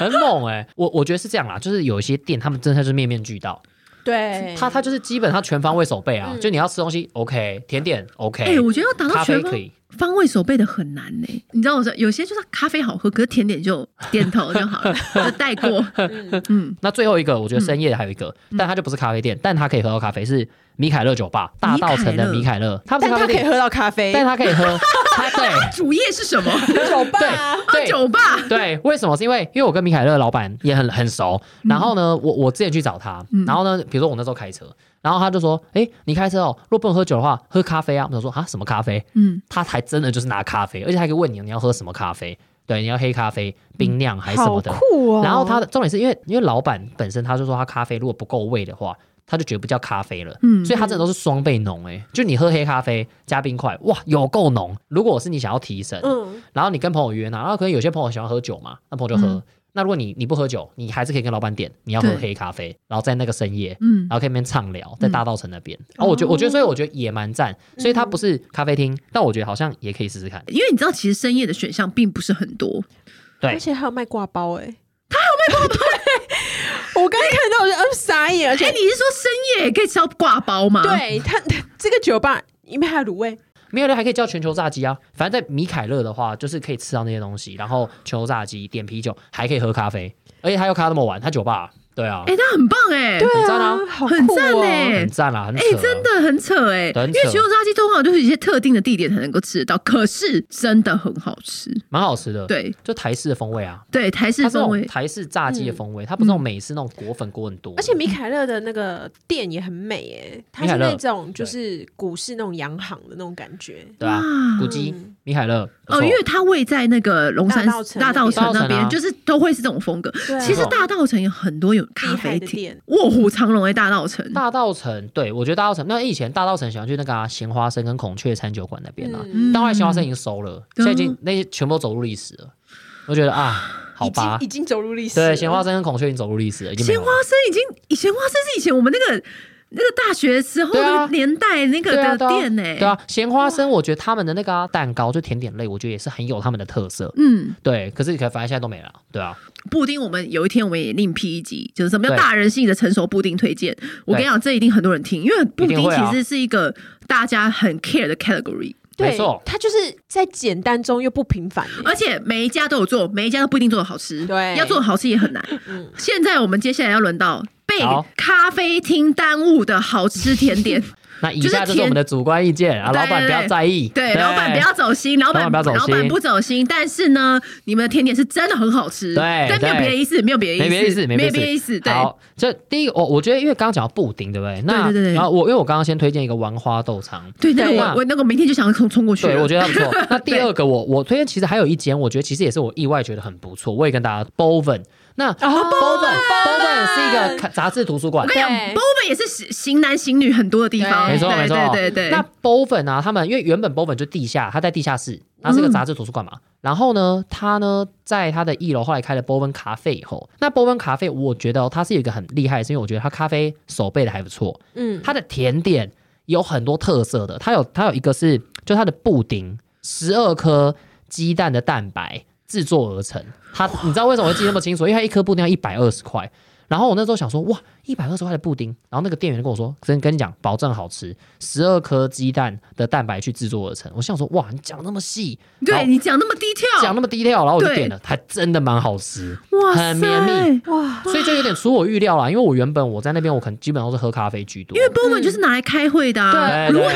很猛哎、我我觉得是这样啦，就是有一些店他们真的是面面俱到，
对，
他他就是基本他全方位守备啊，就你要吃东西 OK，甜点 OK，
哎、我觉得要达到
咖啡
全
可
方
以，
方位手背的很难呢、你知道我说有些就是咖啡好喝，可是甜点就点头就好了，就带 过。嗯，
那最后一个，我觉得深夜还有一个，但它就不是咖啡店，但它可以喝到咖啡，是米凯勒酒吧，大道城的米凯勒，它不
但
是咖
他可
啡
以
店，
喝到咖啡，
但它可以喝，它对
主业是 什么？
酒吧 啊、
喝
对
哎酒吧。
对，为什么？是因为因为我跟米凯勒老板也很很熟，
嗯
然后呢，我我之前去找他，然后呢，比如说我那时候开车，然后他就说，哎、你开车哦，如果不能喝酒的话，喝咖啡啊。我想说啊，什么咖啡？
嗯，
他还真的就是拿咖啡，而且还可以问你你要喝什么咖啡，对，你要黑咖啡、冰酿还是什
嗯好
么的。
酷哦！
然后他的重点是因为因为老板本身他就说他咖啡如果不够味的话，他就觉得不叫咖啡了。
嗯
所以它真的都是双倍浓哎、就你喝黑咖啡加冰块，哇，有够浓。如果我是你想要提神，
嗯，
然后你跟朋友约呢，然后可能有些朋友喜欢喝酒嘛，那朋友就喝。
嗯
那如果你你不喝酒，你还是可以跟老板点，你要喝
对
黑咖啡，然后在那个深夜，
嗯
然后可以那边畅聊，在大道城那边。哦，我觉得我觉得，所以我觉得也蛮
哦
赞。所以它不是咖啡厅，但我觉得好像也可以试试看。
因为你知道，其实深夜的选项并不是很多，
对
而且还有卖挂包哎、他还有卖挂包、我刚才看到我就呃傻眼，而
哎、
且
你是说深夜也可以吃到挂包吗？哎
对他这个酒吧里面还有卤味，
米凯勒还可以叫全球炸鸡啊。反正在米凯勒的话，就是可以吃到那些东西，然后全球炸鸡、点啤酒，还可以喝咖啡，而且他又咖那么晚，他酒吧啊、对啊，
哎、那很棒哎、
对
很赞啊
啊，好
很
酷
赞
哦
欸
很赞啦，很
哎、
扯啊、
真的很扯哎、
对很
因
扯
为全油炸鸡通常就是一些特定的地点才能够吃得到，可是真的很好吃。
蛮好吃的。，
对
就台式的风味啊，
对，台式
呃它是那
风
种
味，嗯
台式炸鸡的风味，它不是那种美式那种裹粉裹很多，
而且米凯勒的那个店也很美耶，它
米
是
凯勒
那种就是股市那种洋行的那种感觉。嗯
对啊，
哇
古迹米凯勒不
哦，
错
因为它位在那个龙山
大稻埕
大道城
那边
那边，
大稻埕啊
就是都会是这种风格。
对啊
其实大道城有很多有咖
厉害
啡
的
厅，
店，
卧虎藏龙的大道城。
大稻城，对我觉得大稻城，那以前大稻城喜欢去那个啊咸、花生跟孔雀餐酒馆那边啊，
嗯，
但后来咸花生已经收了，
对啊
现在已经那些全部都走入历史了。我觉得啊，好
已经
吧
已，经走入历史了。
对，咸花生跟孔雀已经走入历史了，已经没
鲜
有
花
了。
生已经，以前花生是以前我们那个那个大学时候
对啊
那个年代那个
对啊，
的
对啊
店呢、
对啊，咸花生，我觉得他们的那个啊、蛋糕就甜点类，我觉得也是很有他们的特色。
嗯，
对，可是可反正现在都没了，对啊，
布丁，我们有一天我们也另辟一集，就是什么叫
对
大人性的成熟布丁推荐。我跟你讲，这一定很多人听，因为布
一定
丁
会啊嗯
其实是一个大家很 care 的 category，
对
没错
它就是在简单中又不平凡耶。
而且每一家都有做，每一家都不一定做的好吃，
对
要做的好吃也很难。
嗯
现在我们接下来要轮到被
好
咖啡厅耽误的好吃甜 点，
那以下
就
就是是
甜
我们的主观意见啊，
对
老板不要在意，
对，老板不要走心，老板
老板不要走心
老板不走心，但是呢，你们的甜点是真的很好吃，
对
但没有
对
别的意思，没有别的
没别的意思，
没有
别
别的
的
意思，对，
好，这第一个，我我觉得，因为刚刚讲到布丁，对不对？那
对对对对
然后我因为我刚刚先推荐一个丸花豆肠。
对，那个
对
我我那个明天就想要冲冲过去了，
对，我觉得它不 错。那第二个我，我推荐其实还有一间，我觉得其实也是我意外觉得很不错，我也跟大家 Boven。那
哦
Boven Boven 是一个看杂志图书馆
我跟，你讲
对
，Boba 也是型型男型女很多的地方，
对
没错
对
没错
对对对。
那 Boven 啊，他们因为原本 Boven 就地下，它在地下室，它是个杂志图书馆嘛。然后呢，它呢在它的一楼后来开了 Boven 咖啡以后，那 Boven 咖啡我觉得、哦、它是有一个很厉害，是因为我觉得它咖啡手备的还不错，
嗯，
它的甜点有很多特色的，它有它有一个是就它的布丁，十二颗鸡蛋的蛋白制作而成。它你知道为什么我会记那么清楚？因为它一颗布丁要一百二十块。然后我那时候想说，哇，一百二十块的布丁，然后那个店员跟我说，跟跟你讲，保证好吃，十二颗鸡蛋的蛋白去制作而成。我想说，哇，你讲那么细，然
对
后
你讲那么低调，
讲那么低调，然后我
哦
就
对
点了，还真的蛮好吃。
哇塞
很绵密，
哇，
所以就有点出我预料啦，因为我原本我在那边，我可能基本上都是喝咖啡居多，
因为
嗯
Boba 就是拿来开会的啊。
对
如果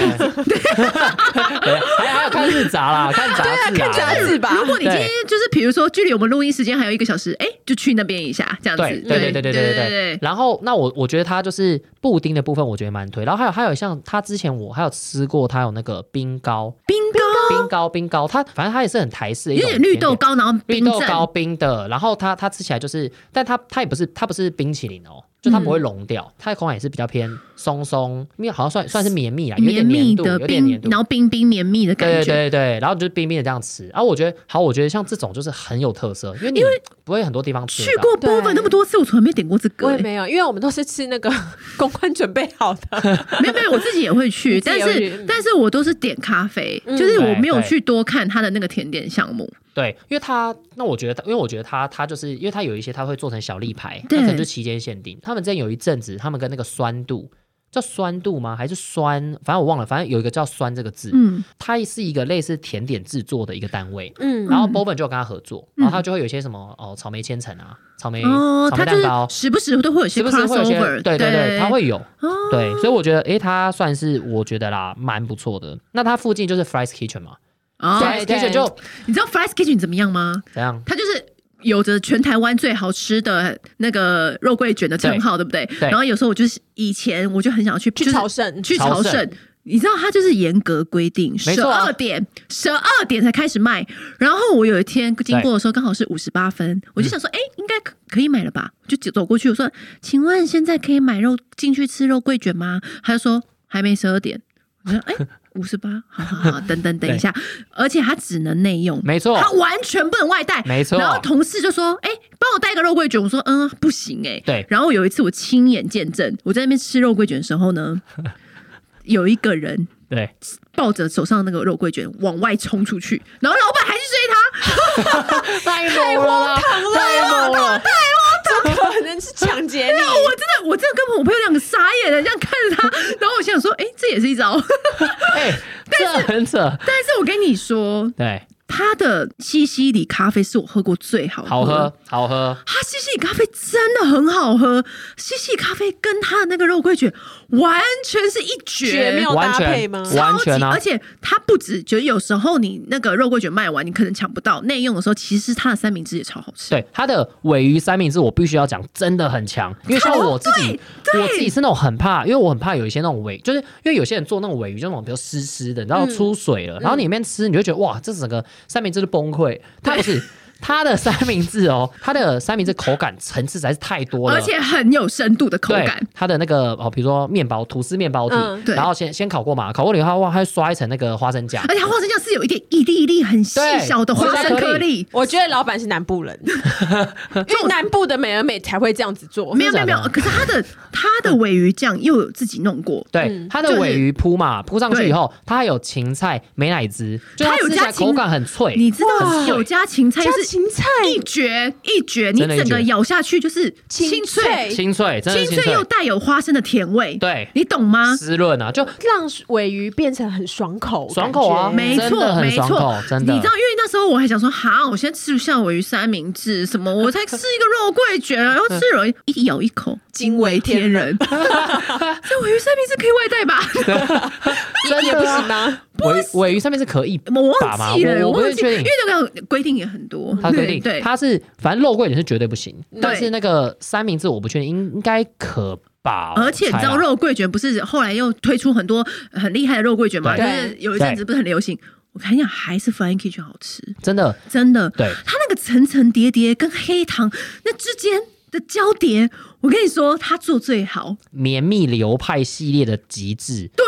对
你
对还还要看日杂啦，看杂啊志
啊
啦，
杂志吧。
如果你今
对
天就是比如说距离我们录音时间还有一个小时，哎，就去那边一下这样子。
对对对对对对对对。然后那我我觉得它就是布丁的部分，我觉得蛮推。然后还有还有像它之前我还有吃过，它有那个冰糕，
冰糕
冰糕冰糕，它反正它也是很台式的一
有
种
点绿豆
甜点。
糕，然后
绿
冰
豆糕
镇，
冰的，然后它它吃起来就是，但它它也不是它不是冰淇淋哦，就它不会
嗯
融掉，它的口感也是比较偏松松，因为好像算算是绵密啊，有
绵
点
密
黏度，
的
有点
冰
黏，度
然，后冰冰绵密的感
对
觉。
对对，然后你就是冰冰的这样吃。然后我觉得好，我觉得像这种就是很有特色，因为你不会很多地方吃得
去
到
过 Boba
对
那么多次，我从来没有点过这个。
我也
哎
没有，因为我们都是吃那个 公关准备好的，
哎没有没有，我自己也会去，
你 自
但
己也会去
是
嗯
但是我都是点咖啡，
嗯
就是我没有
对对
去多看它的那个甜点项目。
对，因为它那我觉得它，因为我觉得它它就是因为它有一些它会做成小立牌，
对
那可能就期间限定。他们之前有一阵子，他们跟那个酸度叫酸度吗？还是酸？反正我忘了，反正有一个叫酸这个字，
嗯，
它是一个类似甜点制作的一个单位。
嗯，
然后 Boban 就有跟他合作，然后他就会有一些什么哦，草莓千层啊，草莓、
嗯哦，
草莓
它就
蛋糕，
是时不时都会有一些
是不是会有些
crossover，？
对对对，它会有。
哦
对，所以我觉得，诶，它算是我觉得啦，蛮不错的。那它附近就是 Fries Kitchen 嘛
哦，
，Fries
对对
Kitchen 就
你知道 Fries Kitchen 怎么样吗？
怎样？
它就是。有着全台湾最好吃的那个肉桂卷的称号，对不对？
对
然后有时候我就是以前我就很想去，
去
就是
朝圣，
去朝
朝圣
圣。你知道它就是严格规定，十
没错啊
二点十二点才开始卖。然后我有一天经过的时候，刚好是五十八分，
嗯
我就想说，哎、应该可可以买了吧？就走走过去，我说，请问现在可以买肉进去吃肉桂卷吗？他就说还没十二点。我说，哎、五十八，好好好，等等等一 下，而且它只能内用，
没错
它完全不能外带，
没错
然后同事就说：“哎、帮我带个肉桂卷。”我说：“嗯，不行哎、
对
然后有一次我亲眼见证，我在那边吃肉桂卷的时候 呢，有一个人
对，
抱着手上那个肉桂卷往外冲出去，然后老板还去追
太猛了啦，太猛 了！
怎么可能是抢劫你？
哦他。我真的，我我真的跟我朋友两个傻眼了，这样看着他，然后我心想说，哎、这也是一招。
哎、这很扯。
但是我跟你说，
对，
他的西西里咖啡是我喝过最好
好喝，好喝。
它西西里咖啡真的很好喝，西西里咖啡跟它的那个肉桂卷完全是一绝，
绝妙
完
搭配
全
吗
超
完
级，
全啊
而！且它不止，就是有时候你那个肉桂卷卖完，你可能抢不到，内用的时候，其实它的三明治也超好吃。
对它的尾鱼三明治，我必须要讲，真的很强。因为像我自己，
对
我自己是那种很怕，因为我很怕有一些那种尾，就是因为有些人做那种尾鱼，就那种比较湿湿的，然后
嗯
出水了，然后你里面吃，你就觉得哇，这整个三明治都崩溃。它不是。它的三明治哦，它的三明治口感层次实在是太多了，
而且很有深度的口
对，
感，
它的那个哦，比如说面包吐司面包体，
嗯
对
然后先先烤过嘛，烤过以后哇，它会刷一层那个花生酱。
而且它花生酱是有一点一粒一粒很细
对
小的花生颗粒。
我觉得老板是南部人， 因为南部的美而美才会这样子做。
没有没
真
有没
的假的
有，可是它的它的尾鱼酱又有自己弄过，
对
嗯，
它的
就是
尾鱼铺嘛，铺上去
对
以后，它还有芹菜、美乃滋，就
它有
吃起
加
来
芹
口感很脆。
你知道
哇
有加芹菜
加
就是
芹菜，
一绝一绝，你
真的一
整个
绝
咬下去就是
清
清脆，
脆
清脆，真的
清
是清
脆又
脆，
带有花生的甜味，
对，
你懂吗？
湿润啊，就
让尾鱼变成很爽口，
爽口
感
啊
觉
没
真
错，
的很
没
爽
错
口，真的
你知道，因为那时候我还想说，哈，我先吃不下尾鱼三明治什 么，我才吃一个肉桂卷，然后吃了一咬一口，
惊为天
天人， 这尾鱼三明治可以外带吧？
真
也不
的
行
啊。
吗？
尾尾鱼上面是可以
我
打吗？
忘记了，
我
我
不
忘
是
记了，
确
因
定
为。那个规定也很多，
它规定，
嗯对，对
它是反正肉桂卷是绝对不行，但是那个三明治我不确定，应应该可吧？
而且你知道
我猜啊
肉桂卷不是后来又推出很多很厉害的肉桂卷嘛？就
对
是有一阵子不是很流行。我跟你讲，还是 Flying Kitchen 好吃，
真的
真的。
对
它那个层层叠叠跟黑糖那之间的交叠，我跟你说，它做最好。
绵密流派系列的极致，
对，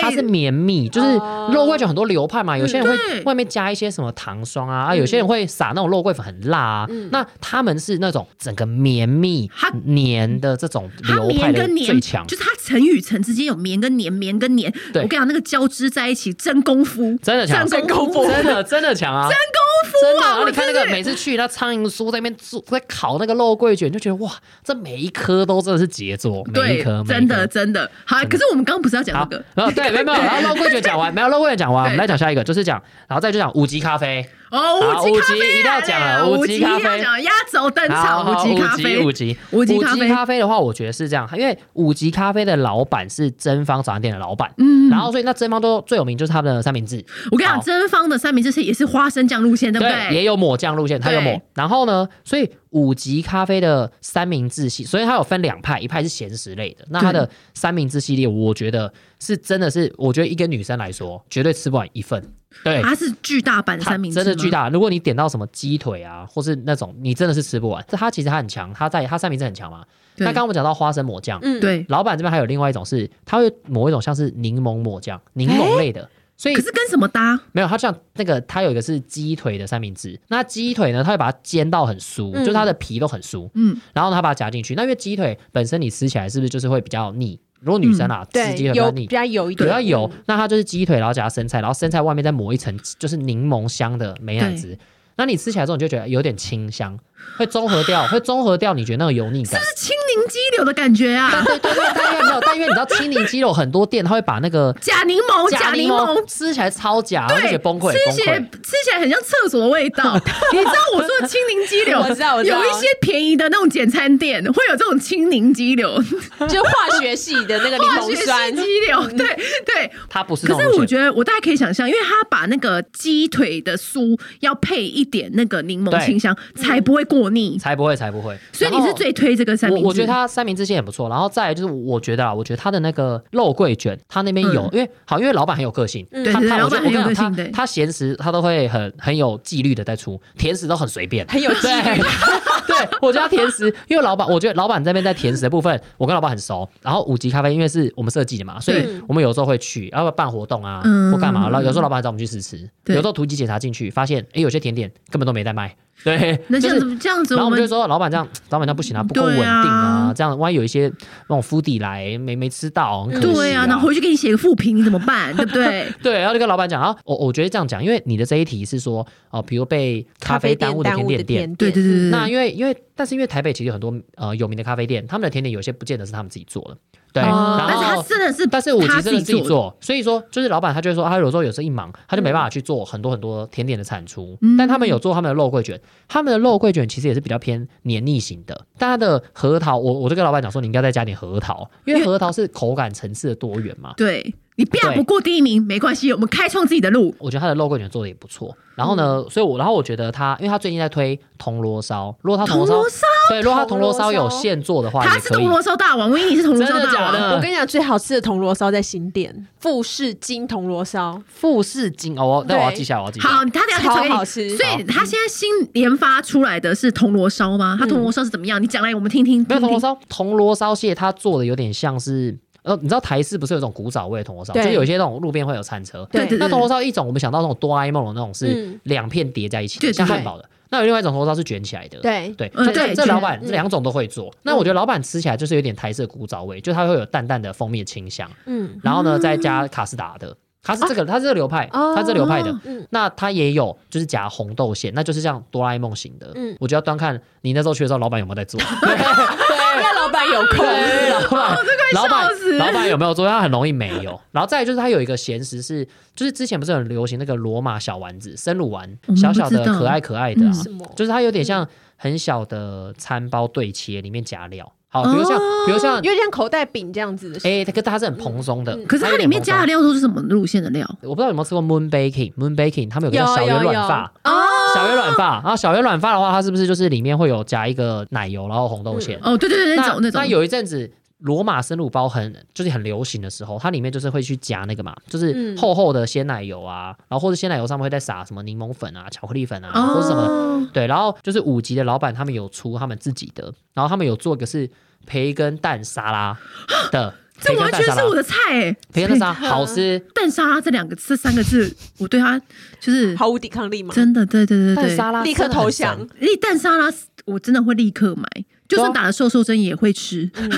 它是绵密，就是
哦
肉桂卷很多流派嘛，有些人
嗯对嗯
会外面加一些什么糖霜啊，啊，有些人会撒那种肉桂粉很辣啊。那他们是那种整个绵密
它
黏的这种
它
流
绵
派的
跟黏
最，强
就，是它层与层之间有绵跟黏，绵跟黏。我
对
跟你讲，那个交织在一起，真功夫，
真的强，
真功夫，
真的真的 强啊，真功夫啊！然后你看那个每次去那苍蝇叔在那边做，在烤那个肉桂卷，就觉得哇，这每一颗都真的是杰作，每一
对
颗，每一
真
颗
的真的好。可是我们刚刚不是要讲那
好
个，
然后对，没 有没有，然后肉桂卷讲完，没有肉桂卷讲完，我们
对
来讲下一个，就是讲，然后再就讲五级咖啡，
哦，
好
五级
五
咖
级
啡
一定要讲了
五
五
级一
级
定要
咖啡
讲了压轴登
好好
场，级咖啡，
五级
五
五
级
级
咖啡
咖啡的话，我觉得是这样，因为五级咖啡的老板是真方早餐店的老板，
嗯
然后所以那真方都最有名就是他们的三明治，
我跟你讲，
好
真方的三明治是也是花生酱路线，对不对？
也有抹酱路线，它有抹
对。
然后呢，所以五级咖啡的三明治系，所以它有分两派，一派是咸食类的，那它的三明治系列，我觉得是真的是，我觉得一个女生来说，绝对吃不完一份。对，
它是巨大版的啊
它
三明治，
真的巨。大。如果你点到什么鸡腿啊，或是那种，你真的是吃不完。这它其实它很强，它在它三明治很强嘛。那
对
刚刚我们讲到花生抹酱，
嗯，
对，
老板这边还有另外一种是，它会抹一种像是柠檬抹酱，柠檬类的。所以
可是跟什么搭？
没有，它像那个，它有一个是鸡腿的三明治。那鸡腿呢，它会把它煎到很酥，
嗯
就是它的皮都很酥。
嗯，
然后呢它把它夹进去。那因为鸡腿本身你吃起来是不是就是会比较腻？如果女生啊、吃鸡
对，
腿比较
有
腻
比，较油一
比
点，
较油。那它就是鸡腿，然后加生菜，然后生菜外面再抹一层就是柠檬香的美乃滋。那你吃起来之后，你就觉得有点清香，会综合掉，会综合掉你觉得那个油腻感。
是青柠鸡柳的感觉啊，
对对对，但因为没有，但因为你知道青柠鸡肉很多店，它会把那个
假柠檬， 假柠檬，
吃起来超假，然后就觉得崩溃，
吃
崩
起来
溃。
吃起来很像厕所的味道。你知道我说的青柠鸡柳，
我知道我知道
有一些便宜的那种简餐店会有这种青柠鸡柳，
嗯就化学系的那个柠
化学
檬酸
系，鸡柳，对对。
它不是那
可
种
是
路线。
我觉得我大概可以想象，因为他把那个鸡腿的酥要配一点那个柠檬
对
清香，才不会过腻。
才不会，才不会。
所以你是最推这个三
嗯然
明
后
治？
我我觉得它三明治线也不错，然后再来就是我觉得啊，我觉得它的那个肉桂卷，它那边有，
嗯
因为好，因为老板很有个性，
嗯
对
他
对
他
老
我觉
板
得我
很
跟
有
你
个
讲，
性，
他
对。
他咸食他都会很很有纪律的在出，甜食都很随便。
很有 纪律
对，对我觉得他甜食，因为老板，我觉得老板这边在甜食的部分，我跟老板很熟。然后五级咖啡因为是我们设计的嘛，所以
嗯
我们有时候会去，然后办活动啊
嗯
或干嘛，然后有时候老板还找我们去试吃，
对
有时候突击检查进去，发现哎有些甜点根本都没在卖，对，
嗯那这
就
样
是
子这样子，
然后我
们
们就说，老板这样，老板这样不行啊，不够稳定
对
啊
啊，
这样万一有一些那种敷底来没没吃到，很可惜
对啊，然后回去给你写个复评，你怎么办？对不对？
对，然后就跟老板讲啊，我我觉得这样讲，因为你的这一题是说哦，比如被咖啡耽误的甜点店，
对对对对，
那
对
因为因为但是因为台北其实有很多呃有名的咖啡店，他们的甜点有些不见得是他们自己做的，对，
哦
然
但是
后
他。真的是，
但是我其
他
实真的自己
的，
做，所以说就是老板他就会说，他有时候有时候一忙，他就没办法去做很多很多甜点的产出。
嗯
但他们有做他们的肉桂卷，他们的肉桂卷其实也是比较偏黏腻型的。但它的核桃，我我就跟老板讲说，你应该再加点核桃，因为
因为
核桃是口感层次的多元嘛。
对你不
对
不过第一名没关系，我们开创自己的路。
我觉得他的肉桂卷做的也不错。然后呢，
嗯
所以我然后我觉得他，因为他最近在推铜锣烧，如果他
铜
铜锣哦烧
锣烧，
对，如果他
铜
铜
锣
锣
烧
烧有现做的话，
他
也
是
可以
铜。锣烧大王，维尼是铜锣烧
真的
大
假的
王。
我跟你讲，最好吃的铜锣烧在新店，富士金铜锣烧，
富士金哦，我那我要
对
记下来，我要记下来。
好，他等一下
超
传给
好
你。
吃
所以他现在新研发出来的是铜锣烧吗？他铜锣烧是怎么样？你讲来我们听听。
嗯没有铜
听听
锣烧，铜锣烧蟹它做的有点像是。呃，你知道台式不是有一种古早味的铜锣烧，就
对
是有一些那种路边会有餐车。
对对
那
对，
铜锣烧一种，我们想到那种哆啦 A 梦的那种是
嗯
两片叠在一起，
对对
像
对
汉堡的。那有另外一种铜锣烧是卷起来的。
对，
对，
嗯
这
对
这这
卷
老板
嗯
这两种都会做。那我觉得老板吃起来就是有点台式的古早味，就它会有淡淡的蜂蜜的清香，
嗯，
然后呢再加卡斯达的。它是这个，它是这个流派，
哦
它是这个流派的
啊哦
嗯。
那它也有就是夹红豆馅，那就是像哆啦 A 梦型的。
嗯
我就要端看你那时候去的时候，老板有没有 在做。
那老板有空，
对，老板，
哦
老
笑死
板，老板有没有做？他很容易没有。然后再来就是他有一个咸食是，就是之前不是很流行那个罗马小丸子、生乳丸
我，们
小小
嗯不
的
知道
可爱可爱的啊
嗯
什么，
就是它有点像很小的餐包对切，里面夹料。好，比如像，
哦
比如像，
有点像口袋饼这样子的，
哎，它可它是很蓬松的
嗯，
可是它
有
里
点
面
蓬
加的
松。
料都是什么路线的料？
我不知道有没有吃过 moon baking，moon baking 他们有个叫
有
小
有
圆
有
软发，
哦
小圆软发，然后小圆软发的话，它是不是就是里面会有夹一个奶油，然后红豆馅？
哦，对对对，那
那
种那种
有一阵子罗马生乳包很就是很流行的时候，它里面就是会去夹那个嘛，就是
嗯
厚厚的鲜奶油啊，然后或者鲜奶油上面会再撒什么柠檬粉啊、巧克力粉啊，或者什么。
哦，
对，然后就是五级的老板他们有出他们自己的，然后他们有做一个是培根蛋沙拉的，
这
培根
完
蛋
全
沙
是
拉
我，的菜哎。
培根蛋沙拉
培 根
好吃，
蛋沙拉这两个这三个字，我对它就是
毫无抵抗力嘛，
真的，对对对
蛋
对
沙拉
立刻
真的很
投
赞
降。
因为蛋沙拉我真的会立刻买，就
哦
算打了瘦瘦针也会吃。
嗯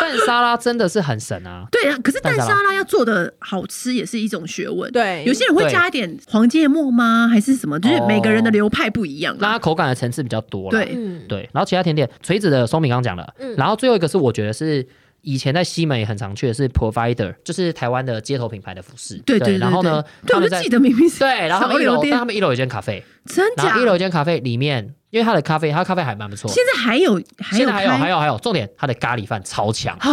蛋沙拉真真的是很神啊，
对啊，可是蛋
蛋沙拉
沙拉要做的好吃也是一种学问。
对，
有些人会加一点黄芥末吗？还是什么？
哦
就是每个人的流派不一样
让
啦。
它口感的层次比较多啦。
对
嗯，
对，然后其他甜点垂直的松饼刚刚讲了，
嗯
然后最后一个是我觉得是以前在西门也很常去的是 Provider，就是台湾的街头品牌的服饰。
对对对，
然后呢，
对
他
我
们
就
在
记得明明是
对，然后他
小
们一
油
楼，但
店
他，们一楼有一间咖啡，
真
然
假
后一？楼有一间咖啡里面，因为它的咖啡，它的咖啡还蛮不错。
现在还有还
现
有
在还有
开
还有还有，重点它的咖喱饭超强，
啊，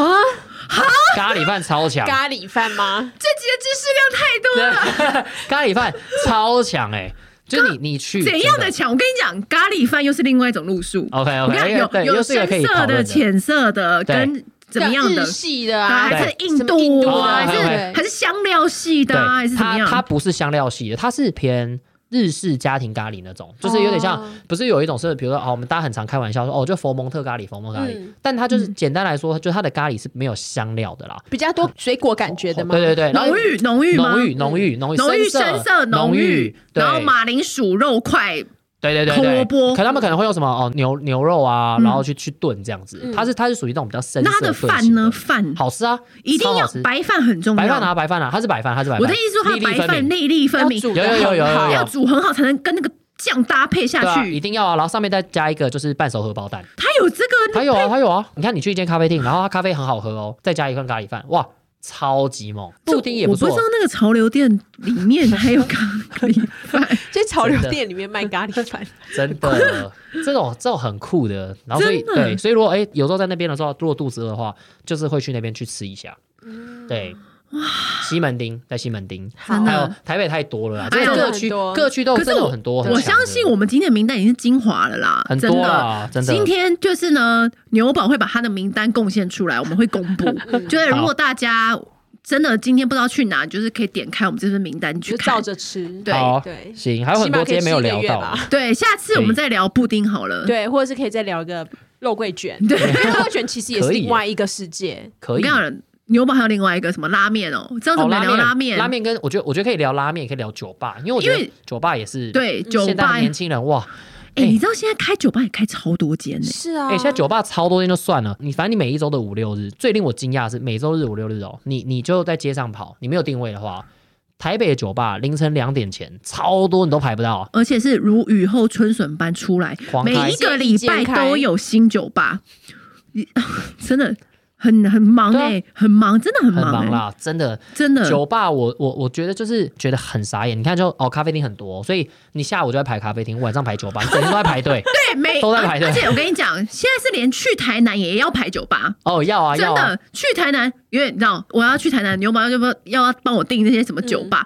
咖喱饭超强，
咖喱饭吗？
这集的知识量太多了。
对咖喱饭超强哎，就是你你去
怎样的
真哦
强？我跟你讲，咖喱饭又是另外一种路数。
？OK
我跟
OK，
你讲，有有
又是一个
深
可以讨
色
论
的、
的。
浅色的，
对
跟怎么样的
日？系的
啊，
啊，
还是
对
印
什么印
度
度
啊，
啊
还是
对
还是香料系的啊，还是怎
对，它
么
它
样？
不是香料系的，它是偏日式家庭咖喱那种，就是有点像，
哦
不是有一种是，比如说哦，我们大家很常开玩笑说哦，就佛蒙特咖喱，佛蒙特咖喱，
嗯
但它就是简单来说，就它的咖喱是没有香料的啦，
比较多水果感觉的吗？
对对对，然后
浓郁浓郁吗？嗯
浓郁浓郁浓郁
浓郁深色浓郁，
对
然后马铃薯肉块，
对对对
胡
对
萝卜
可他们可能会用什么哦牛牛肉啊，
嗯
然后去去炖这样子，
嗯
它是它是属于那种比较深色
那它的
炖
饭
型
呢？饭
好吃啊，
一定
超好
要
吃
白饭很重要。
白饭啊白饭啊，它是白饭它是白饭，
我的意思说，它
粒
的
粒
白
分
饭
明
内粒分明，
要煮
有
得
有有有
很
有
好
要煮很好才能跟那个酱搭配下
对啊，一
去。
定要啊，然后上面再加一个就是半熟荷 包蛋，
它有这个
还有啊，还有啊，你看你去一间咖啡厅，然后它咖啡很好喝哦，再加一份咖喱饭，哇，超级猛，布丁也
我
不
不
错
知道，那个潮流店里面还有咖喱 饭，
就潮流
真的
店里面卖咖喱饭，
真 的，这种这种很酷的，然后所以
真的
对，所以如果哎有时候在那边的时候，如果肚子饿的话，就是会去那边去吃一下，对，西门町在西门町。
真
还有
的
台北太多了啦，
哎呀
这各区
很多
各区都
可
真
是
的有
我
很多，很
我
强的
相信我们今天的名单已经是精华了啦，
很
真
多
的。
啦，真的。
今天就是呢，牛宝会把他的名单贡献出来，我们会公 布。就是如果大家真的今天不知道去哪，就是可以点开我们这份名单去
就
看
照。着吃。
对
好
对
行，还有很多今天没有聊
起码可以吃一个月
到
吧，
对，下次我们再聊布丁好了。
对，或者是可以再聊一个肉桂卷，
对
因为肉桂卷其实也是
可以
另外一个世界。
可
我
以
跟你讲，牛堡还有另外一个什么拉面哦，这样子我们
拉
聊
面，
拉
拉
面，
面跟我觉得，我觉得可以聊拉面，也可以聊酒吧，因为我觉
因
得
为
酒吧也是
对酒
现在
吧
的年轻人哇，
哎、
哎
你知道现在开酒吧也开超多间呢、
是啊，
哎、现在酒吧超多天就算了，你反正你每一周的五六日，最令我惊讶的是每周日五六日哦，你你就在街上跑，你没有定位的话，台北的酒吧凌晨两点前超多你都排不到，
而且是如雨后春笋般出来，
狂
每
开
一个礼拜都有新酒吧，你 真的很很忙
对啊
哎、很忙，真的很
很
忙、
忙
欸，
啦，真的。
真的。
酒吧我我我觉得就是觉得很傻眼，你看就哦咖啡厅很多，所以你下午就在排咖啡厅，晚上排酒吧，你整天都在 排队。
对，哎没啊
都在排队
而且我跟你讲，现在是连去台南也要排酒吧，
哦，要啊
真
要啊，
的去台南，因为你知道我要去台南，牛毛要不要要帮我订那些什么酒吧？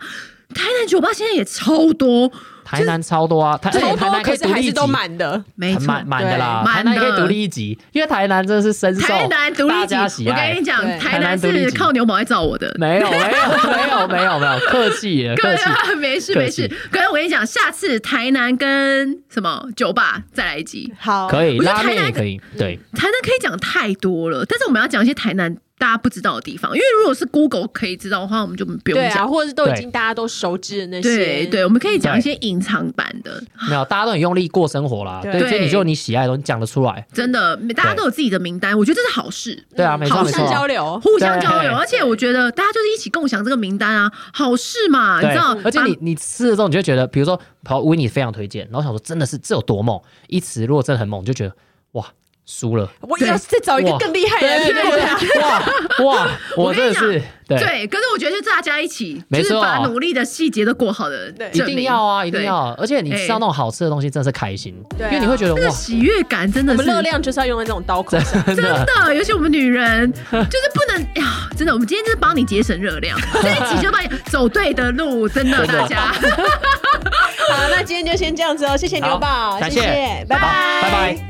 台南酒吧现在也超多，
台南超多啊，台而
超
且台
多，
南可
可
以
是
独
还
立一
是
集啊
都满的。
没错，
满满的啦，
对
台南也可
满
以
的
独立一集，因为台南真的是深受
台南独
大
立集
家喜，
我
爱
跟你。讲，
对
台
台南
南
独立
是
集
靠牛毛在造我的，
没有没有没有没有没有，客气了客
对，
气。
啊 没事
客
没
气
事。可是我跟你讲，下次台南跟什么酒吧再来一集，
好，
可以，
我觉得
拉面
台南
也可以，对，
台南可以讲太多了，但是我们要讲一些台南大家不知道的地方，因为如果是 Google 可以知道的话，我们就不用
对
讲。
啊，或者是都已
对
经大家都熟知的那
对
些，
对，我们可以讲一些隐藏版的，
没有，大家都很用力过生活啦，
对
对，所以
对
你就你喜爱的东西讲得出来，
真的，大家
对
都有自己的名单，我觉得这是好事，
对啊，没错
好
没
事
善交
错，
流，
互相交流。
对
而且我觉得大家就是一起共享这个名单啊，好事嘛，你
对
知道，？
而且
把
你你吃了之后，你就觉得，比如说，跑维尼非常推荐，然后想说真的是这有多猛，一词如果真的很猛，你就觉得哇输了，
我要再找一个
哇
更厉害的
对
人
对对，哇哇，我
我跟
真
你
的是对，
对，可是我觉得就大家一起，
没
就是
错
把努力的细节都过好的
对，
一
证
定
明
要啊，一定
对
要啊，而且你吃到
哎
那种好吃的东西，真的是开心，
对
因
啊
为你会觉得
那个
哇，
喜悦感真
我
的是
们热量就是要用在这种刀口上。
真
真的。
的，尤其我们女 人，就是不能哎呀，真的，我们今天就是帮你节省热量，这一集就帮你走对的路，真的，
真的
大家。
好，那今天就先这样子哦，谢谢牛
好
宝，
感
谢
谢
谢，拜
好拜拜。